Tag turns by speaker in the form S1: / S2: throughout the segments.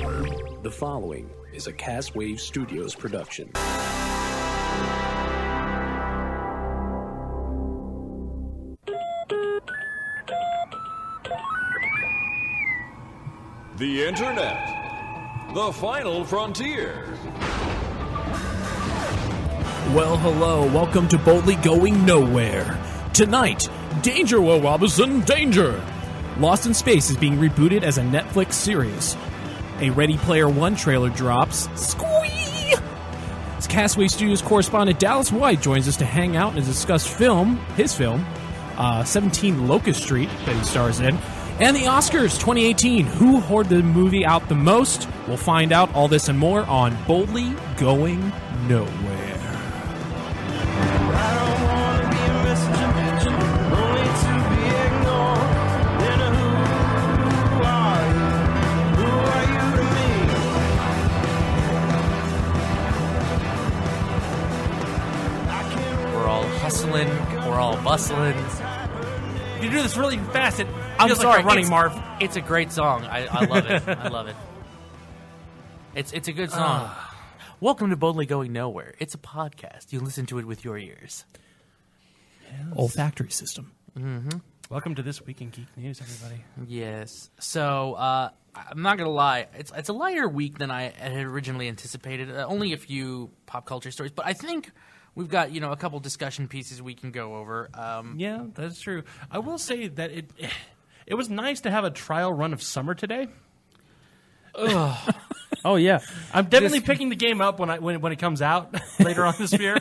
S1: The following is a Castwave Studios production.
S2: The Internet. The final frontier.
S3: Well, hello. Welcome to Boldly Going Nowhere. Tonight, Danger, Will Robinson, Danger! Lost in Space is being rebooted as a Netflix series. A Ready Player One trailer drops. Squee! Castaway Studios correspondent Dallas White joins us to hang out and discuss film, his film, uh, 17 Locust Street that he stars in, and the Oscars 2018. Who hoarded the movie out the most? We'll find out all this and more on Boldly Going Nowhere.
S4: I don't wanna be a messenger pigeon, only to be ignored. Then who are you? Who are you to me? I can't
S5: We're all hustling. We're all bustling. You do this really fast. It
S6: I'm
S5: feels like
S6: sorry,
S5: you're running,
S6: it's-
S5: Marv.
S6: It's a great song. I, I love it. I love it. It's it's a good song. Ah. Welcome to Boldly Going Nowhere. It's a podcast. You listen to it with your ears.
S3: Olfactory system.
S7: Welcome to this week in geek news, everybody.
S6: Yes. So uh, I'm not gonna lie. It's it's a lighter week than I had originally anticipated. Uh, only a few pop culture stories, but I think we've got you know a couple discussion pieces we can go over. Um,
S7: Yeah, that's true. I will say that it it was nice to have a trial run of summer today. oh yeah, I'm definitely picking the game up when I when, when it comes out later on this year.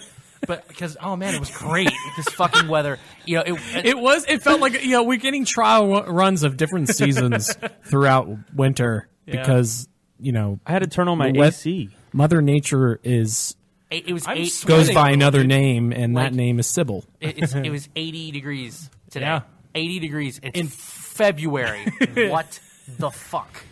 S7: But because oh man, it was great.
S6: this fucking weather. You know it.
S3: It was. It felt like you know we're getting trial ru- runs of different seasons throughout winter because you know
S8: I had to turn on my
S3: The wet-
S8: AC.
S3: Mother Nature is
S6: It, it was
S7: I'm
S6: eight.
S7: sweating.
S3: goes
S7: Really?
S3: by another name, and
S6: Like-
S3: that name is Sybil.
S6: It, it's, it was 80 degrees today.
S7: Yeah.
S6: 80 degrees. It's in February. what the fuck?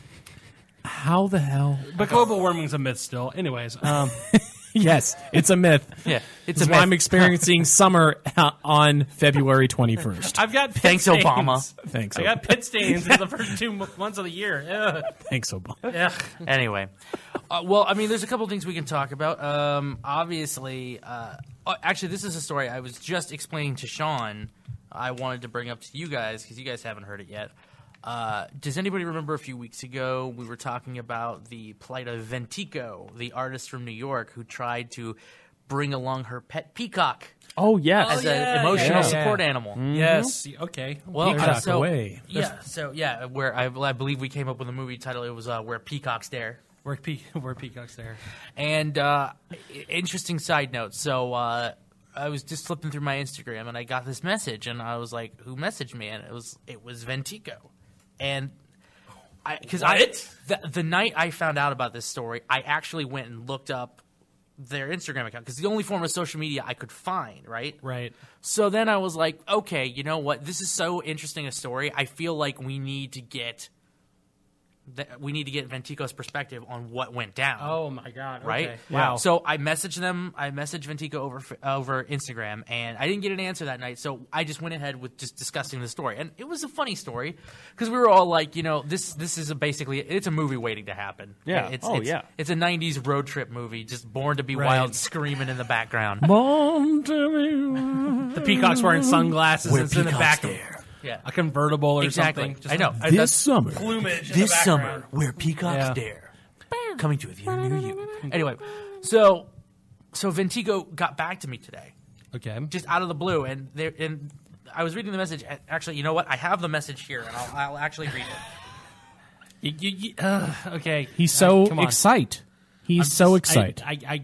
S3: How the hell?
S7: But global warming's a myth still. Anyways, um,
S3: Yes, it's a myth.
S6: Yeah, it's
S3: That's
S6: a
S3: why I'm
S6: myth.
S3: experiencing summer uh, on February 21st.
S7: I've got pit
S6: Thanks,
S7: stains.
S6: Obama.
S3: Thanks,
S7: I
S3: Ob-
S7: got pit stains in the first two mo- months of the year.
S3: thanks, Obama.
S7: Yeah,
S6: Anyway, uh, well, I mean, there's a couple things we can talk about. Um, obviously, uh, uh, actually, this is a story I was just explaining to Sean. I wanted to bring up to you guys because you guys haven't heard it yet. Uh, does anybody remember a few weeks ago we were talking about the plight of Ventico, the artist from New York who tried to bring along her pet peacock
S8: Oh yes.
S6: as
S7: yeah,
S6: an emotional
S7: yeah. Mm.
S6: support animal?
S7: yes, okay.
S6: Well,
S3: Peacock
S6: uh, so,
S3: away.
S6: Yeah, so yeah, where I, I believe we came up with a movie title. It was uh, "Where Peacocks Dare."
S7: We're, pe- we're peacocks there.
S6: And uh, i- interesting side note. So uh, I was just flipping through my Instagram and I got this message and I was like, "Who messaged me?" And it was it was Ventico, and I because I the, the night I found out about this story, I actually went and looked up their Instagram account because the only form of social media I could find, right?
S7: Right.
S6: So then I was like, okay, you know what? This is so interesting a story. I feel like we need to get that we need to get Ventico's perspective on what went down
S7: Oh my god.
S6: right?
S7: Okay. Wow.
S6: So I messaged them. I messaged Ventico over over Instagram, and I didn't get an answer that night. So I just went ahead with just discussing the story, and it was a funny story because we were all like, you know, this this is a basically it's a movie waiting to happen.
S8: Yeah.
S6: It's,
S8: Oh,
S6: it's,
S8: yeah.
S6: It's a '90s road trip movie, just born to be wild, screaming in the background.
S3: Born to be-
S7: The peacock's wearing sunglasses. and it's in the
S6: peacocks
S7: back of
S6: yeah.
S7: a convertible or
S6: Exactly.
S7: something.
S6: I know. I-
S3: This
S6: that's-
S3: summer,
S7: Plumage in the
S6: this
S7: background.
S6: summer where peacocks
S7: Yeah.
S6: dare coming to a theater near you anyway so so ventigo got back to me today
S7: Okay.
S6: just out of the blue and there and i was reading the message and actually you know what i have the message here and i'll, I'll actually read it
S7: You- you- you- ugh, okay.
S3: he's so
S7: Come on.
S3: excite. He's so excited.
S7: I, I, I,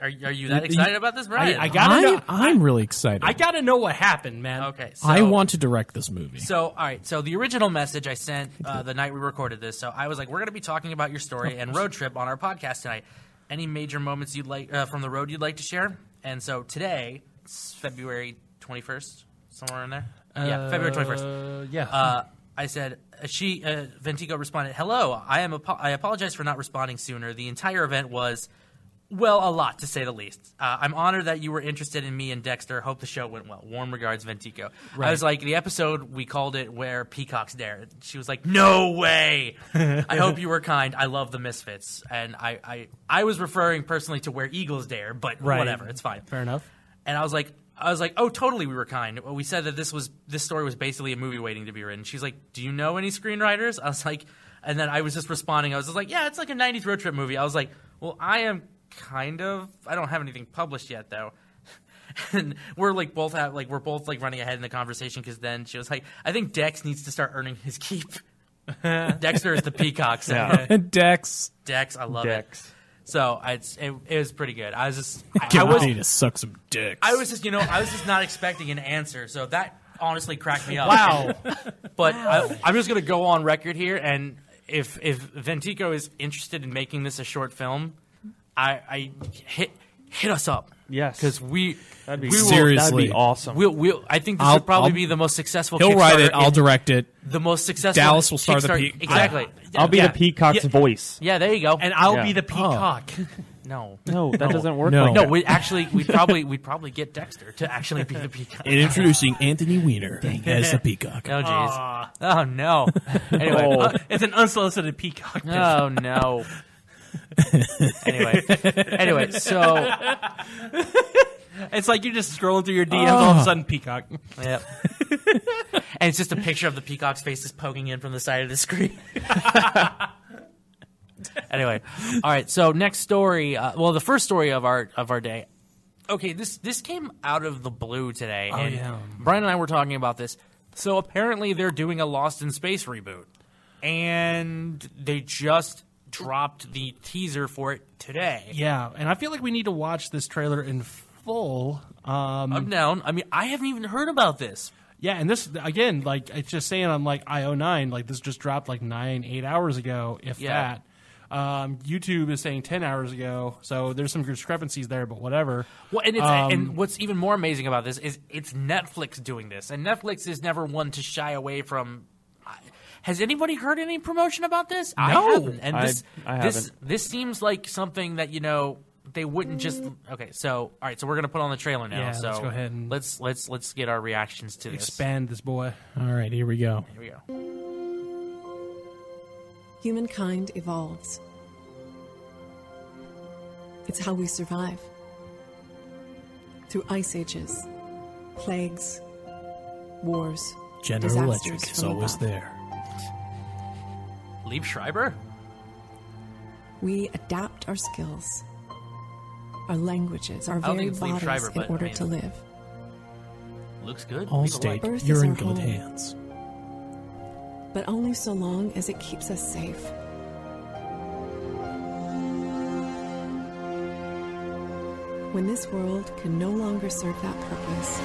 S6: are, are you that excited about this brian
S7: I got-
S3: I'm,
S7: gotta know-
S3: I'm really excited.
S7: I gotta know what happened, man.
S6: okay so,
S3: I want to direct this movie.
S6: so all right so the original message i sent uh, the night we recorded this so i was like we're going to be talking about your story and road trip on our podcast tonight any major moments you'd like uh, from the road you'd like to share and so today it's february 21st somewhere in there yeah february 21st
S7: Uh, yeah.
S6: uh, I said, uh, she, uh, Ventigo responded, hello, I am, apo- I apologize for not responding sooner. The entire event was Well, a lot to say the least. Uh, I'm honored that you were interested in me and Dexter. Hope the show went well. Warm regards, Ventico. I was like the episode we called it where Peacock's there. She was like, "No way." I hope you were kind. I love the Misfits, and I I, I was referring personally to where Eagles dare, but
S7: Right.
S6: whatever, it's fine.
S7: Fair enough.
S6: And I was like, I was like, oh, totally, we were kind. We said that this was this story was basically a movie waiting to be written. She's like, do you know any screenwriters? I was like, and then I was just responding. I was just like, yeah, it's like a '90s road trip movie. I was like, well, I am kind of. I don't have anything published yet though. And we're like both at, like we're both like running ahead in the conversation because then she was like, I think Dex needs to start earning his keep. Dexter is the peacock. So
S3: Dex.
S6: Dex, I love
S5: Dex.
S6: it. So it's it, it was pretty good. I was just I, I
S3: Get
S6: was
S3: ready to suck some dicks.
S6: I was just, you know, I was just not expecting an answer, so that honestly cracked me up.
S7: Wow.
S6: But I, I'm just going to go on record here, and if if Ventico is interested in making this a short film, I, I hit hit us up
S5: Yes.
S6: because we
S5: That'd be
S6: we will-
S5: That'd
S3: Seriously.
S5: be awesome.
S6: We'll, we'll, I think this
S3: I'll-
S6: will probably
S3: I'll-
S6: be the most successful.
S3: He'll write it.
S6: Kickstarter
S3: I'll
S6: in-
S3: direct it.
S6: The most successful.
S3: Dallas will start the
S6: Kickstarter-
S3: peak.
S6: Exactly.
S5: I'll be
S6: yeah.
S5: the peacock's
S6: Yeah.
S5: voice.
S6: Yeah, there you go.
S7: And I'll
S5: Yeah.
S7: be the peacock.
S6: no,
S5: No, that doesn't work.
S3: No.
S5: Like
S6: no,
S5: that.
S6: we actually we probably we probably get Dexter to actually be the peacock.
S3: And introducing Anthony Weiner as the peacock.
S6: Oh jeez.
S7: Aw.
S6: Oh no. Anyway.
S5: Oh.
S6: uh,
S7: it's an unsolicited peacock.
S6: Oh no. anyway. Anyway, so
S7: It's like you're just scrolling through your DMs, all of
S3: Ah.
S7: a sudden peacock.
S6: yep. And it's just a picture of the peacock's face is poking in from the side of the screen. anyway, all right. So next story. Uh, well, the first story of our of our day. Okay, this this came out of the blue today, and
S7: yeah.
S6: Brian and I were talking about this. So apparently, they're doing a Lost in Space reboot, and they just dropped the teaser for it today.
S7: Yeah, and I feel like we need to watch this trailer in full. Um,
S6: I'm down. I mean, I haven't even heard about this.
S7: yeah, and this again, like it's just saying, I'm like IO9, like this just dropped like nine, eight hours ago, if
S6: Yeah.
S7: that. Um, YouTube is saying ten hours ago, so there's some discrepancies there, but whatever.
S6: Well, and, it's,
S7: Um,
S6: and what's even more amazing about this is it's Netflix doing this, and Netflix is never one to shy away from. Has anybody heard any promotion about this? I
S7: No.
S6: haven't. And
S5: I-
S6: this,
S5: I
S6: this,
S5: haven't.
S6: this seems like something that you know they wouldn't just. Okay, so all right, so we're gonna put on the trailer now.
S7: Yeah,
S6: so
S7: let's go ahead and-
S6: let's let's let's get our reactions to this.
S7: Expand this boy.
S3: All right, here we go.
S6: Here we go.
S8: Humankind evolves. It's how we survive. Through ice ages, plagues, wars.
S3: General
S8: Disasters
S3: Electric is
S8: from
S3: always
S8: above.
S3: there.
S6: Lieb Schreiber.
S8: We adapt our skills, our languages, our
S6: don't think
S8: very
S6: it's Liev
S8: bodies
S6: Schreiber,
S8: in
S6: but, I
S8: order
S6: mean-
S8: to live.
S6: Looks good.
S3: All
S6: People like
S3: state,
S6: it.
S8: Earth
S3: you're
S8: is
S3: in
S8: our
S3: good
S8: home.
S3: hands.
S8: But only so long as it keeps us safe. When this world can no longer serve that purpose,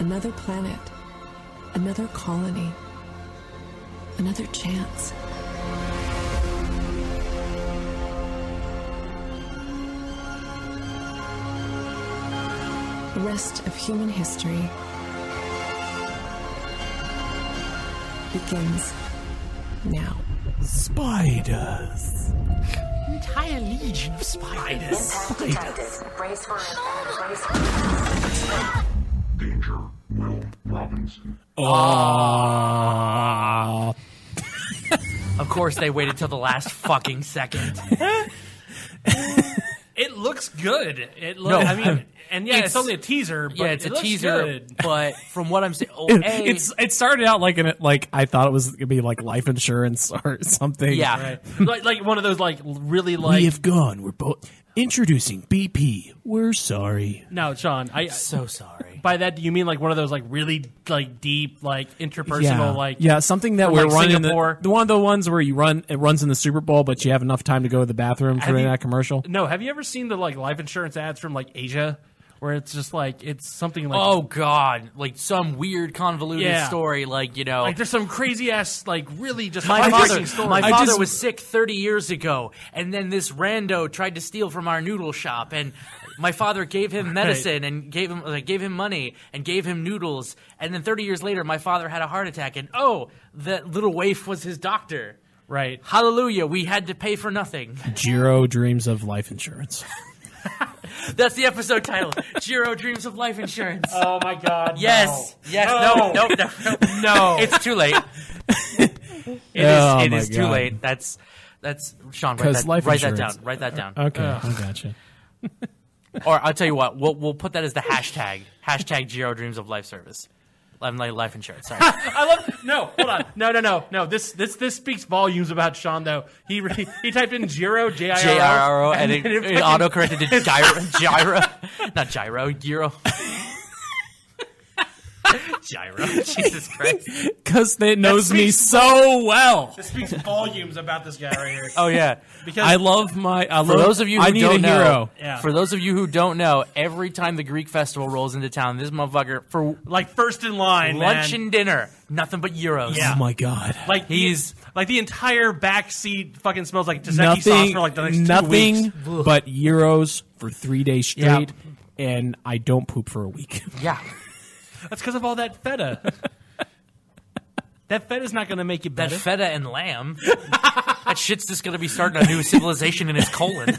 S8: another planet, another colony, another chance. The rest of human history begins now.
S3: Spiders.
S9: Tactitis. Brace for impact. Brace for impact.
S10: Danger, Will Robinson.
S3: Oh.
S6: Of course, they waited till the last fucking second.
S7: It looks good. It looks.
S6: No,
S7: I mean, and yeah, it's,
S6: it's-
S7: only a teaser. But
S6: yeah, it's
S7: it
S6: a
S7: looks
S6: teaser,
S7: good.
S6: but from what I'm saying, oh,
S3: It,
S6: A,
S3: it's it started out like an like I thought it was gonna be like life insurance or something.
S6: yeah.
S7: Right. like like one of those like really
S3: we
S7: like
S3: have gone. We're both introducing BP. We're sorry.
S7: no, Sean. I
S6: So sorry.
S7: by that do you mean like one of those like really like deep like interpersonal
S3: yeah.
S7: like
S3: yeah, something that
S7: from,
S3: we're
S7: like,
S3: running. The,
S7: Singapore.
S3: the one of the ones where you run it runs in the Super Bowl, but you have enough time to go to the bathroom for
S7: Have you-
S3: that commercial.
S7: No, have you ever seen the like life insurance ads from like Asia where it's just like it's something like
S6: Oh God! Like some weird convoluted
S7: Yeah.
S6: story. Like you know,
S7: like there's some crazy ass like really just
S6: my father,
S7: heartbreaking story.
S6: my
S3: I
S6: father
S3: just-
S6: was sick 30 years ago, and then this rando tried to steal from our noodle shop, and my father gave him medicine and gave him like, gave him money and gave him noodles, and then 30 years later, my father had a heart attack, and oh, that little waif was his doctor.
S7: Right.
S6: Hallelujah, we had to pay for nothing.
S3: Jiro dreams of life insurance.
S6: That's the episode title. Jiro dreams of life insurance.
S7: Oh my God.
S6: yes. Yes. No. No. No. no.
S7: No.
S6: it's too late. It is.
S3: Oh
S6: it
S3: my
S6: is too
S3: God.
S6: late. That's that's Sean. Write,
S3: 'Cause
S6: that,
S3: life
S6: write that
S3: insurance-
S6: down. Write that down.
S3: Okay, I gotcha.
S6: Or I'll tell you what. We'll we'll put that as the hashtag. Hashtag Jiro dreams of life service. I'm like life insurance. Sorry.
S7: I love. No. Hold on. No. No. No. No. This. This. This speaks volumes about Sean though. He re- he typed in Jiro J I R O
S6: J R R O, and it,
S7: then
S6: it
S7: fucking-
S6: auto corrected to gyro, gyro, not gyro, gyro, gyro. Jesus Christ!
S3: Because it knows me
S7: speaks-
S3: so well.
S7: This speaks volumes about this guy right here.
S6: Oh yeah.
S7: Because
S3: I love my. I
S6: For
S3: love-
S6: those of you who
S3: I need
S6: don't
S3: a
S6: know,
S3: hero.
S7: Yeah.
S6: for those of you who don't know, every time the Greek festival rolls into town, this motherfucker for
S7: like first in line,
S6: lunch
S7: man.
S6: and dinner, nothing but euros.
S7: Yeah.
S3: Oh my god.
S7: like the-
S6: he's-
S7: like the entire backseat fucking smells like tzatziki sauce
S3: nothing.
S7: for like the next two
S3: nothing
S7: weeks.
S3: but euros for three days
S7: Yeah.
S3: straight, and I don't poop for a week.
S6: yeah.
S7: That's because of all that feta. that feta's not going to make you
S6: That
S7: better.
S6: feta and lamb. that shit's just gonna be starting a new civilization in his colon.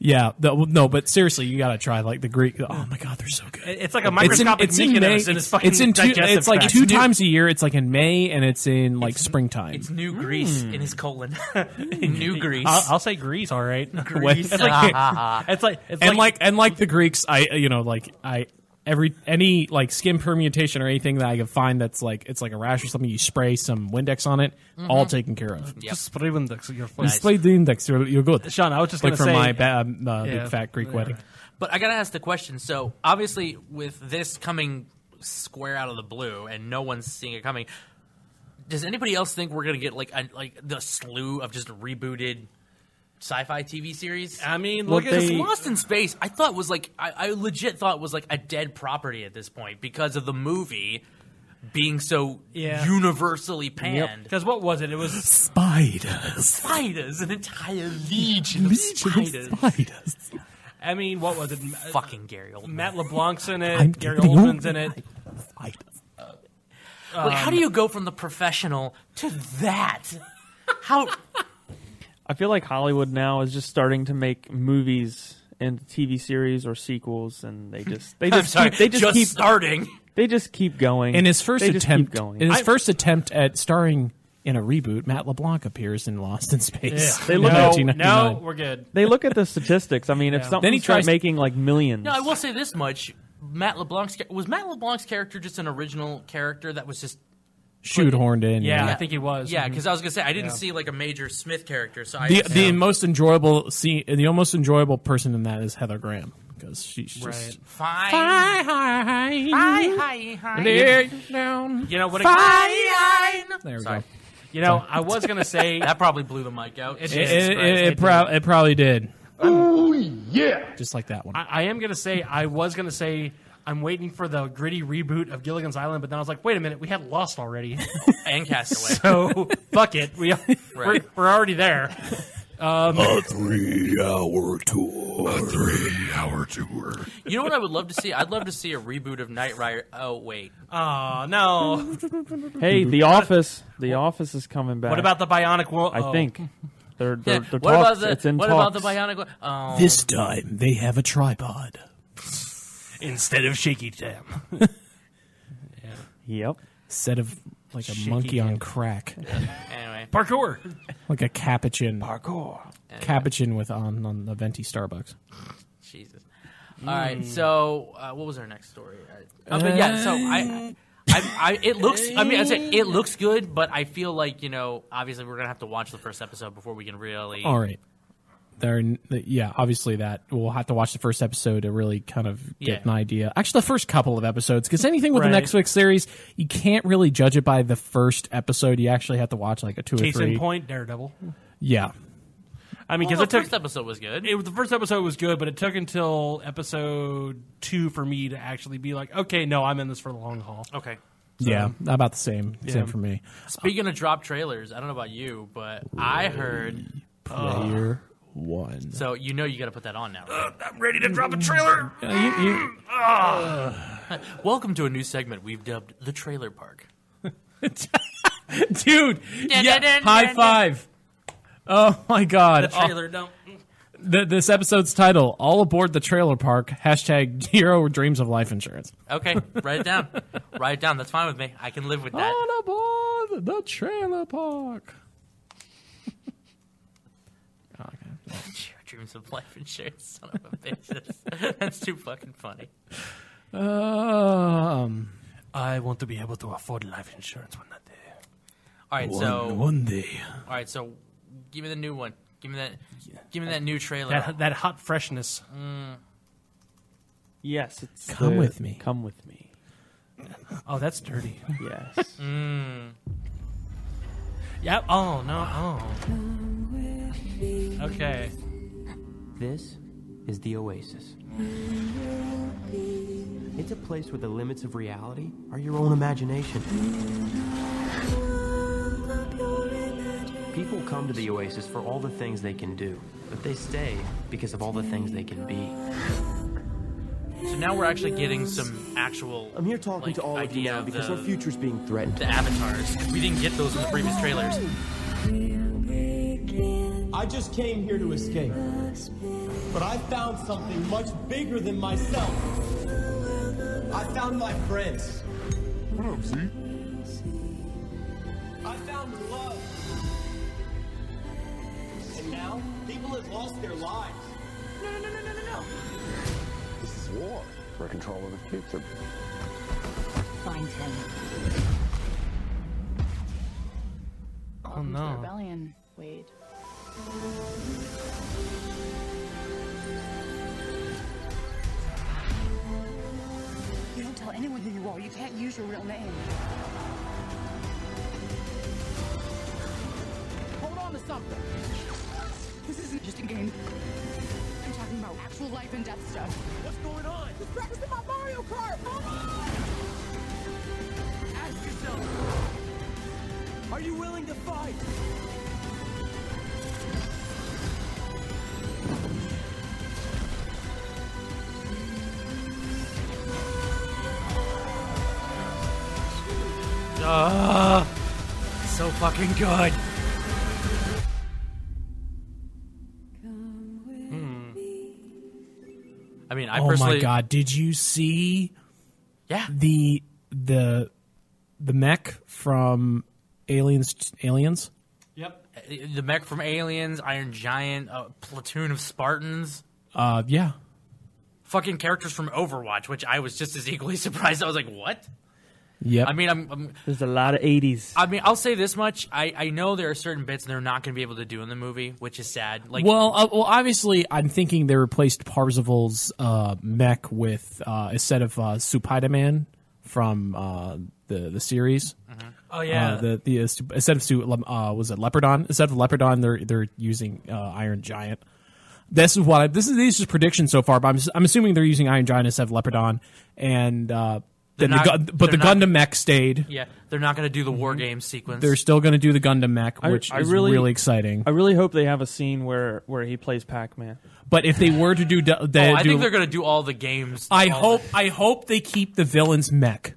S3: Yeah, the, well, no, but seriously, you gotta try like the Greek. Oh my god, they're so good.
S7: it's like a
S3: It's in,
S7: microscopic
S3: it's in May.
S7: Mykonos
S3: It's,
S7: in his fucking
S3: it's in two.
S7: digestive
S3: It's like
S7: tract.
S3: two times a year. It's like in May and it's in like springtime.
S6: It's new Greece in his colon. new Greece.
S7: I'll, I'll say Greece, all right.
S3: Greece.
S7: It's like it's like it's
S3: and like, and like the Greeks, I you know like I every any like skin permutation or anything that I can find that's like it's like a rash or something. You spray some Windex on it,
S7: Mm-hmm.
S3: all taken care of.
S7: just spray them the- your
S3: You
S7: flesh.
S3: spray the Windex, you're, you're good.
S7: Sean, I was just
S3: like
S7: gonna
S3: for
S7: say-
S3: my ba- um, uh,
S7: Yeah.
S3: big fat Greek wedding.
S6: But I gotta ask the question. So obviously, with this coming square out of the blue, and no one's seeing it coming, does anybody else think we're gonna get like a, like the slew of just rebooted sci-fi TV series?
S7: I mean,
S3: Well,
S7: look at this
S3: they-
S7: one.
S6: Lost in Space, I thought was like I, I legit thought was like a dead property at this point because of the movie being so
S7: Yeah.
S6: universally panned.
S7: Because what was it? It was
S3: Spiders,
S6: Spiders, an entire legion of spiders.
S3: spiders.
S7: I mean, what was it? uh,
S6: Fucking Gary Oldman.
S7: Matt LeBlanc's in
S3: I'm
S7: it. Gary
S3: getting
S7: Oldman's in
S3: old.
S7: it.
S3: Spiders.
S6: Like, how do you go from the professional to that? How
S11: I feel like Hollywood now is just starting to make movies and TV series or sequels, and they just they just keep, they just, keep
S6: starting.
S11: they just keep going.
S3: In his first
S11: Mm-hmm. they just
S3: attempt,
S11: keep going.
S3: in his first attempt at starring in a reboot, Matt LeBlanc appears in Lost in Space.
S11: They look
S3: in
S11: at-
S3: 1999.
S7: No, no, we're good.
S11: they look at the statistics. I mean, if something
S3: Then he tries-
S11: making like millions,
S6: No, I will say this much: Matt LeBlanc's cha- was Matt LeBlanc's character just an original character that was just
S3: shoehorned in.
S7: Yeah, I think he was.
S6: Mm-hmm.
S7: Mm-hmm.
S6: yeah. Because I was gonna say I didn't see like a Major Smith character, so I
S3: The
S6: just-
S3: the most enjoyable scene, the most enjoyable person in that is Heather Graham because she's just
S6: fine.
S3: hi hi hi hi hi down.
S7: You know what?
S3: There we
S6: Sorry.
S3: go.
S7: You know, I was gonna say
S6: That probably blew the mic out.
S7: It-
S3: It,
S6: Jesus
S3: it,
S6: Christ.
S3: it, it, prob- it probably did,
S10: Oh, yeah!
S3: just like that one.
S7: I, I am gonna say I was gonna say I'm waiting for the gritty reboot of Gilligan's Island, but then I was like, wait a minute, we had Lost already,
S6: and Castaway.
S7: so fuck it, we we're, we're already there.
S10: A three hour tour. A three hour tour.
S6: you know what I would love to see? I'd love to see a reboot of Knight Rider. Oh wait,
S7: Oh no!
S11: hey, The Office, The Office is coming back.
S7: What about the Bionic World?
S11: I
S7: oh.
S11: think they're they're,
S6: Yeah,
S11: they're
S6: what
S11: talks.
S6: about the
S11: it's in
S6: what
S11: talks.
S6: about the Bionic? Wo- Oh,
S3: this time they have a tripod.
S7: instead of Shaky Tam.
S11: Yep.
S3: Instead of like a
S7: Shaky
S3: monkey on crack,
S6: anyway,
S7: Parkour.
S3: like a capuchin. Capuchin with on on the venti Starbucks.
S6: Jesus. All right. So, uh, what was our next story? I, uh, but yeah. So I, I, I, it looks. I mean, I say it looks good, but I feel like you know, obviously, we're gonna have to watch the first episode before we can really.
S3: All right. There, yeah, obviously that we'll have to watch the first episode to really kind of get
S6: Yeah.
S3: an idea. Actually, the first couple of episodes, because anything with the
S7: Right.
S3: next week's series, you can't really judge it by the first episode. You actually have to watch like a two
S7: Case
S3: or three.
S7: in point, Daredevil.
S3: Yeah,
S7: I mean, because
S6: Well, the
S7: it took
S6: first episode was good.
S7: it, was- the first episode was good, but it took until episode two for me to actually be like, okay, no, I'm in this for the long haul.
S6: okay.
S3: yeah, about the same. Same for me.
S6: Speaking of drop trailers, I don't know about you, but I heard.
S3: Player one.
S6: So you know you got to put that on now. right?
S7: I'm ready to drop a trailer.
S3: Uh, you- you-
S6: Welcome to a new segment we've dubbed the Trailer Park.
S3: dude.
S6: Dun,
S3: yeah,
S6: dun, dun,
S3: high
S6: dun, dun.
S3: five. Oh my god!
S6: The trailer dump.
S3: Th- this episode's title: "All Aboard the Trailer Park." Hashtag Zero Dreams of Life Insurance.
S6: Okay, write it down. write it down. That's fine with me. I can live with that.
S3: On aboard the trailer park.
S6: Dreams of life insurance, son of a bitch. That's too fucking funny.
S3: Um,
S7: I want to be able to afford life insurance one day.
S6: All right,
S7: One-
S6: so
S7: one day.
S6: All right, so give me the new one. Give me that. Give me that new trailer.
S7: That that hot freshness.
S6: Mm.
S11: Yes, it's
S3: Come
S11: the-
S3: with me.
S11: Come with me.
S7: Oh, that's dirty.
S11: Yes.
S7: mm. Yep. Oh no. Oh. Okay.
S12: This is the Oasis. It's a place where the limits of reality are your own imagination. People come to the Oasis for all the things they can do, but they stay because of all the things they can be.
S6: So now we're actually getting some actual. I'm
S12: here talking
S6: to all idea of you
S12: because
S6: the,
S12: our future's being threatened.
S6: The avatars. We didn't get those in the previous trailers.
S13: I just came here to escape. But I found something much bigger than myself. I found my friends. I found love. And now, people have lost their lives. No, no, no, no, no, no, no.
S10: This is war for control of the future.
S14: Find him.
S7: Oh no.
S14: Rebellion, Wade.
S15: You don't tell anyone who you are. You can't use your real name.
S16: Hold on to something.
S15: This isn't just a game. I'm talking about actual life and death stuff. What's going on? Just practicing my Mario Kart. Hold on.
S16: Ask yourself, are you willing to fight?
S7: Ah, so fucking good.
S6: I mean, I
S3: oh
S6: personally.
S3: my god! Did you see?
S6: Yeah.
S3: The the the mech from Aliens Aliens.
S6: Yep. The mech from Aliens, Iron Giant, a platoon of Spartans,
S3: Uh, yeah.
S6: fucking characters from Overwatch, which I was just as equally surprised. I was like, what?
S11: Yep.
S6: I mean, I'm, I'm
S11: There's a lot of 80s.
S6: I mean, I'll say this much: I, I know there are certain bits they're not going to be able to do in the movie, which is sad. Like,
S3: well, uh, well, obviously, I'm thinking they replaced Parzival's uh, mech with uh, a set of uh, Supidaman from uh, the the series.
S7: Oh, yeah.
S3: uh, the the uh, Sup- instead of Su- lem- uh, was it Leopardon? Instead of Leopardon, they're they're using uh, Iron Giant. This is what I, this is these are just predictions so far, but I'm, s- I'm assuming they're using Iron Giant instead of Leopardon, and uh,
S6: They're
S3: then the
S6: not-
S3: gun but the
S6: they're not-
S3: Gundam mech stayed.
S6: yeah, they're not going to do the war game sequence.
S3: Mhm. They're still going to do the Gundam mech,
S11: I-
S3: which
S11: I
S3: is
S11: really-
S3: really exciting.
S11: I really hope they have a scene where where he plays Pac-Man.
S3: But if they were to do, d- they
S6: oh, I
S3: do,
S6: think they're going to do all the games.
S3: I
S6: all
S3: hope I hope they keep the villain's mech,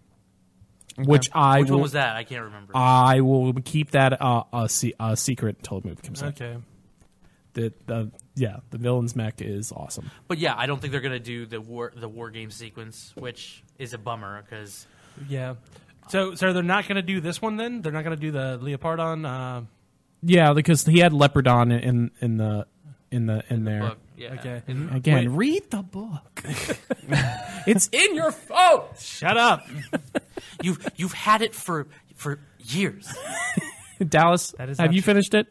S3: which I
S6: Which
S3: will,
S6: one was that? I can't remember.
S3: I will keep that uh, a, se- a secret until the movie comes out.
S7: Okay.
S3: The, the yeah, the villain's mech is awesome.
S6: But yeah, I don't think they're going to do the war the war game sequence, which is a bummer because
S7: Yeah. So so they're not gonna do this one then? They're not gonna do the Leopardon. Uh,
S3: Yeah, because he had Leopardon in in the in the in, there.
S7: book, yeah. Okay. In-
S3: Uh, Again,
S7: Wait.
S3: read the book. it's in your phone.
S7: Shut up.
S6: you've you've had it for for years.
S3: Dallas,
S6: That is
S3: have
S6: not
S3: you
S6: true.
S3: finished it?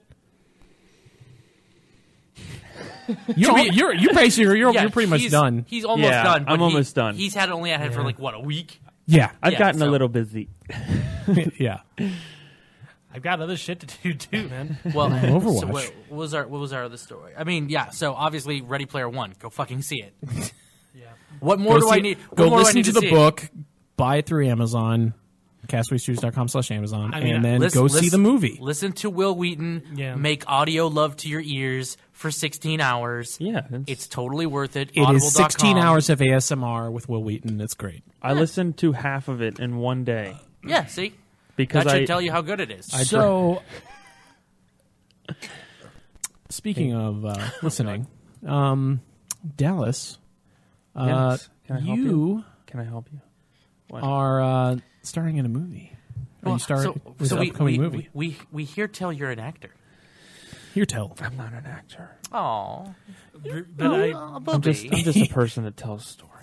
S3: You're al- you're you're basically you're,
S6: Yeah,
S3: you're pretty much
S6: he's-
S3: done.
S6: He's almost
S11: Yeah,
S6: done. but
S11: I'm
S6: he-
S11: almost done.
S6: He's had only had it for like what a week.
S3: Yeah.
S11: I've
S6: Yeah,
S11: gotten a
S6: so-
S11: little busy.
S3: yeah.
S7: I've got other shit to do too, man.
S6: Well,
S3: Overwatch.
S6: so what, what was our what was our other story? I mean, yeah. So obviously, Ready Player One. Go fucking see it. yeah. What more
S3: Go
S6: do I
S3: see-
S6: need? what
S3: Go
S6: more do I
S3: listen
S6: need
S3: to the
S6: to see?
S3: book, buy it through Amazon, castawaystudios.com slash Amazon,
S6: I mean,
S3: and then
S6: lis-
S3: go see
S6: lis-
S3: the movie.
S6: Listen to Will Wheaton
S3: Yeah.
S6: make audio love to your ears for 16 hours. Yeah, it's, totally worth it.
S3: It is 16
S6: Audible.com.
S3: hours of ASMR with Will Wheaton. It's great.
S11: I listened to half of it in one day.
S6: Yeah, see,
S11: because
S6: that should
S11: I
S6: tell you how good it is.
S11: I
S3: so, speaking of uh,
S6: Oh,
S3: listening, um, Dallas, uh,
S11: Yes. Can I
S3: you,
S11: help you? Can I help you? What?
S3: are uh, starring in a movie. Or you start
S6: so,
S3: with
S6: so
S3: an
S6: we,
S3: upcoming
S6: we,
S3: movie.
S6: We, we we hear tell you're an actor.
S3: Here, tell.
S11: I'm not an actor.
S6: Oh,
S7: but I-
S11: I'm just I'm just a person that tells stories.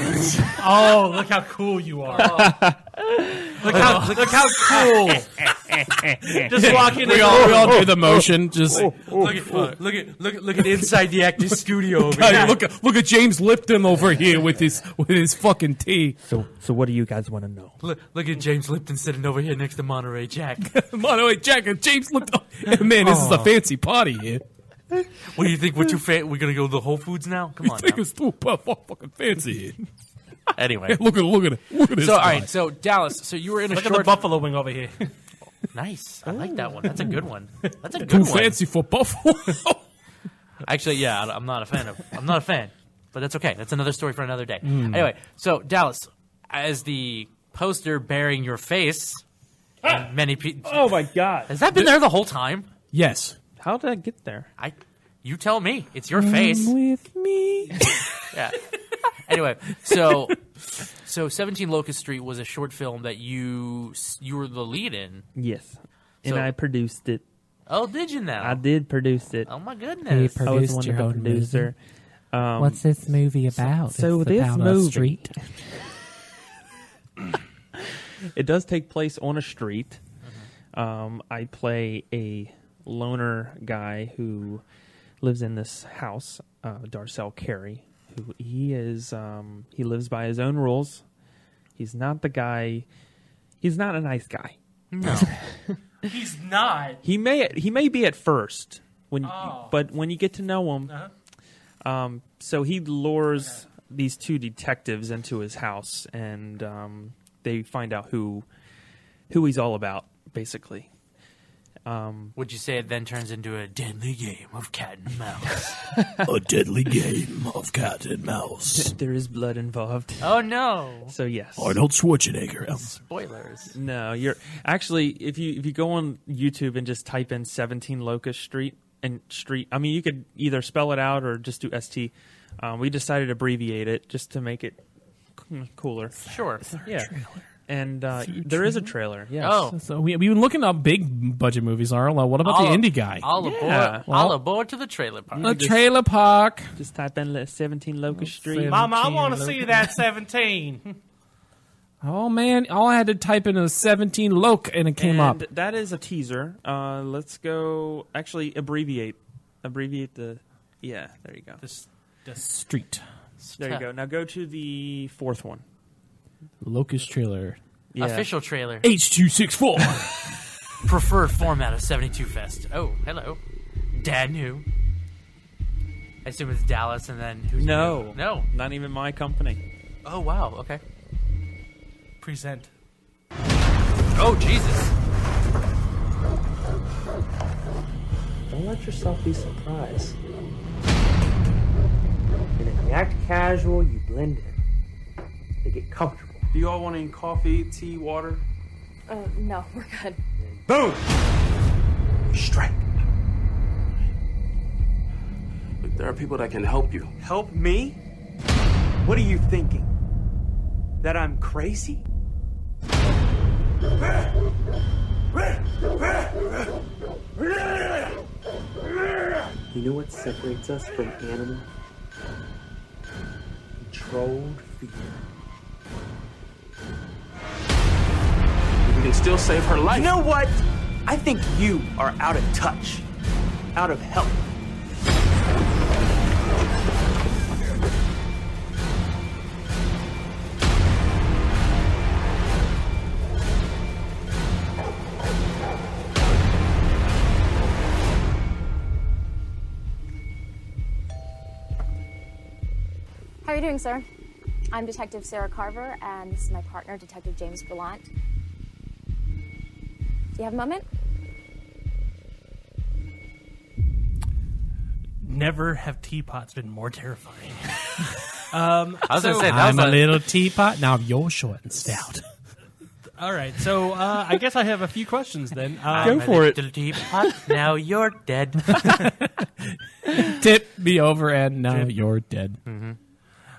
S7: oh, look how cool you are! look how look how cool! just walking. in.
S3: We all- we all do the motion, just-
S6: look at look at look at look at inside the actor's studio over
S3: Guy,
S6: here.
S3: look at look at James Lipton over here with his with his fucking tea.
S11: So so what do you guys want to know?
S6: Look, look at James Lipton sitting over here next to Monterey Jack.
S3: Monterey Jack and James Lipton. Man, this is a
S6: Aw.
S3: fancy party here.
S6: What do you think? We're too fa- We're gonna go to the Whole Foods now? Come on.
S3: You think
S6: now.
S3: it's too pu- fu- fucking fancy? here.
S6: Anyway,
S3: Yeah, look at look at it. Look at this.
S6: so all
S3: guy.
S6: right, so Dallas. So you were in a
S7: Look at
S6: short
S7: the buffalo wing over here.
S6: Nice. I like that one. That's a good one. That's a good
S3: too
S6: one.
S3: fancy for Buffalo.
S6: Actually, yeah, I- I'm not a fan of. I'm not a fan, but that's okay. That's another story for another day.
S3: Mm.
S6: Anyway, so Dallas, as the poster bearing your face,
S7: Ah!
S6: and many people.
S11: Oh my god!
S6: Has that been there the whole time?
S3: Yes.
S11: How did I get there?
S6: I, you tell me. It's your face.
S11: with me.
S6: Yeah. anyway, so so 17 Locust Street was a short film that you s- you were the lead in.
S11: Yes, and
S6: So-
S11: I produced it.
S6: Oh, did you now?
S11: I did produce it.
S6: Oh my goodness!
S11: I was one of the producer. Um,
S17: What's this movie about?
S11: So
S17: It's
S11: this
S17: about a
S11: movie,
S17: street.
S11: it does take place on a street. Um, I play a loner guy who lives in this house, uh, Darcel Carey. Who he is? Um, he lives by his own rules. He's not the guy. He's not a nice guy.
S6: No.
S7: He's not.
S11: He may he may be at first when,
S7: Oh.
S11: but when you get to know him, um, so he lures these two detectives into his house, and um, they find out who who he's all about, basically. Um,
S6: Would you say it then turns into a deadly game of cat and mouse?
S11: a
S10: deadly game of cat and mouse.
S11: there is blood involved.
S6: Oh no!
S11: So yes,
S10: Arnold Schwarzenegger.
S6: Spoilers.
S11: No, you're actually if you if you go on YouTube and just type in 17 Locust Street and Street, I mean you could either spell it out or just do ST. Um, we decided to abbreviate it just to make it c- cooler.
S6: Sure.
S11: yeah. And uh, there is a trailer. Yes.
S3: Oh. so we we've been looking up big budget movies. Arlo, what about
S6: All-
S3: the indie guy?
S6: All aboard!
S3: Well,
S6: All aboard to the trailer park.
S3: the trailer park.
S11: Just type in like, 17 Locust Street.
S7: Mama, Um, I want to see that seventeen.
S3: Oh man, all I had to type in was 17 Loke and it came up.
S11: and That is a teaser. Uh, let's go. Actually, abbreviate. Abbreviate the. Yeah, there you go.
S3: Street.
S11: There you go. Now go to the fourth one.
S3: Locust trailer.
S11: Yeah.
S6: Official trailer.
S3: H264.
S6: Preferred format of 72 Fest. Oh, hello. Dan who? I assume it's Dallas and then who's
S11: No,
S6: No.
S11: not even my company.
S6: Oh, wow. Okay.
S7: Present.
S6: Oh, Jesus.
S18: Don't let yourself be surprised. And if you act casual, you blend in. They get comfortable.
S19: Do you all want any coffee, tea, water?
S14: Uh, no, we're good.
S18: Boom!
S19: Strike. Look, there are people that can help you.
S18: Help me? What are you thinking? That I'm crazy? You know what separates us from animal? Controlled fear.
S19: We can still save her life.
S18: You know what? I think you are out of touch, out of help.
S20: How are you doing, sir? I'm Detective Sarah Carver, and this is my partner, Detective James Gallant. Do you have a moment?
S7: Never have teapots been more terrifying. um,
S3: I'm a little teapot. Now you're short and stout.
S7: All right, so uh, I guess I have a few questions then. Uh,
S11: Go for it.
S6: now you're dead.
S3: Tip me over, and
S11: uh,
S3: now
S7: Tip.
S3: you're dead.
S6: hmm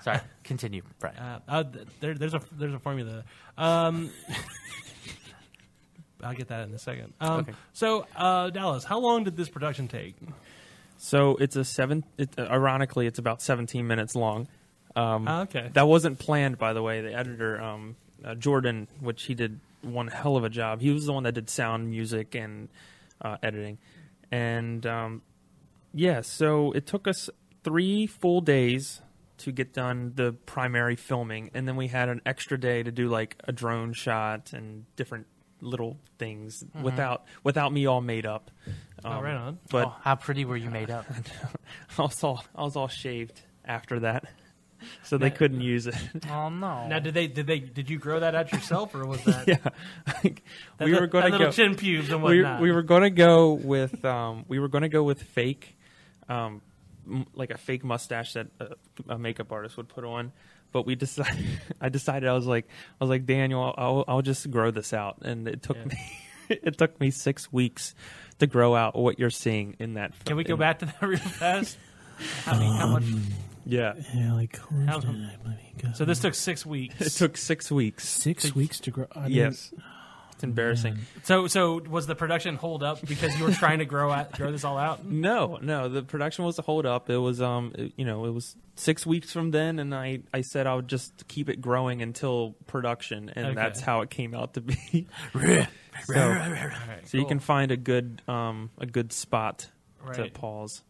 S6: Sorry, continue, Brian.
S7: Uh, uh, th- there, there's a there's a formula. Um, I'll get that in a second. Um,
S11: Okay. Mm-hmm.
S7: So uh, Dallas, how long did this production take?
S11: So it's a seven. It, ironically, it's about 17 minutes long. Um,
S7: Ah, okay.
S11: That wasn't planned, by the way. The editor, um, uh, Jordan, which he did one hell of a job. He was the one that did sound, music, and uh, editing. And um, yeah, so it took us three full days to get done the primary filming, and then we had an extra day to do like a drone shot and different little things
S6: Mhm.
S11: without without me all made up. Um,
S6: Oh, right on.
S11: But
S6: Oh, how pretty were you made up?
S11: I was all I was all shaved after that, so they
S7: Now-
S11: couldn't use it.
S6: Oh no!
S7: Now, did they did they did you grow that out yourself, or was that?
S11: yeah,
S7: That
S11: we
S7: li-
S11: were going
S7: that
S11: to
S7: little
S11: go
S7: chin pubes and
S11: we-
S7: whatnot.
S11: We, were going to go with um, we were going to go with fake, um, m- like a fake mustache that a, a makeup artist would put on. But we decided. I decided I was like I was like Daniel. I'll I'll just grow this out, and it took
S7: Yeah.
S11: me. It took me six weeks to grow out what you're seeing in that.
S7: Can we go
S11: in-
S7: back to that real fast? How, many, how much?
S11: Um, Yeah.
S3: Yeah, like
S7: How, so this took six weeks.
S11: It took six weeks.
S3: Six weeks to grow. I mean-
S11: yes, it's embarrassing.
S7: So so was the production hold up because you were trying to grow out grow this all out?
S11: No, no. The production was a hold up. It was um, it- you know, it was six weeks from then, and I I said I would just keep it growing until production, and
S7: Okay.
S11: that's how it came out to be. so,
S7: Alright,
S11: so you
S7: cool.
S11: can find a good um a good spot to
S7: Right.
S11: pause.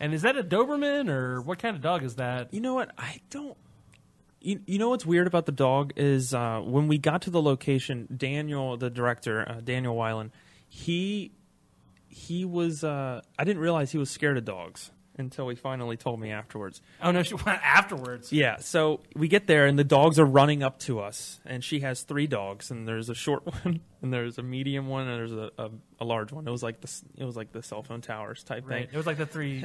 S7: And is that a Doberman or what kind of dog is that?
S11: You know what? I don't. You, you know what's weird about the dog is uh, when we got to the location, Daniel, the director, uh, Daniel Weiland, he he was. Uh, I didn't realize he was scared of dogs until he finally told me afterwards.
S7: Oh no, she went afterwards.
S11: Yeah, so we get there and the dogs are running up to us, and she has three dogs, and there's a short one, and there's a medium one, and there's a, a, a large one. It was like the s- it was like the cell phone towers type
S7: Right.
S11: thing.
S7: It was like the three.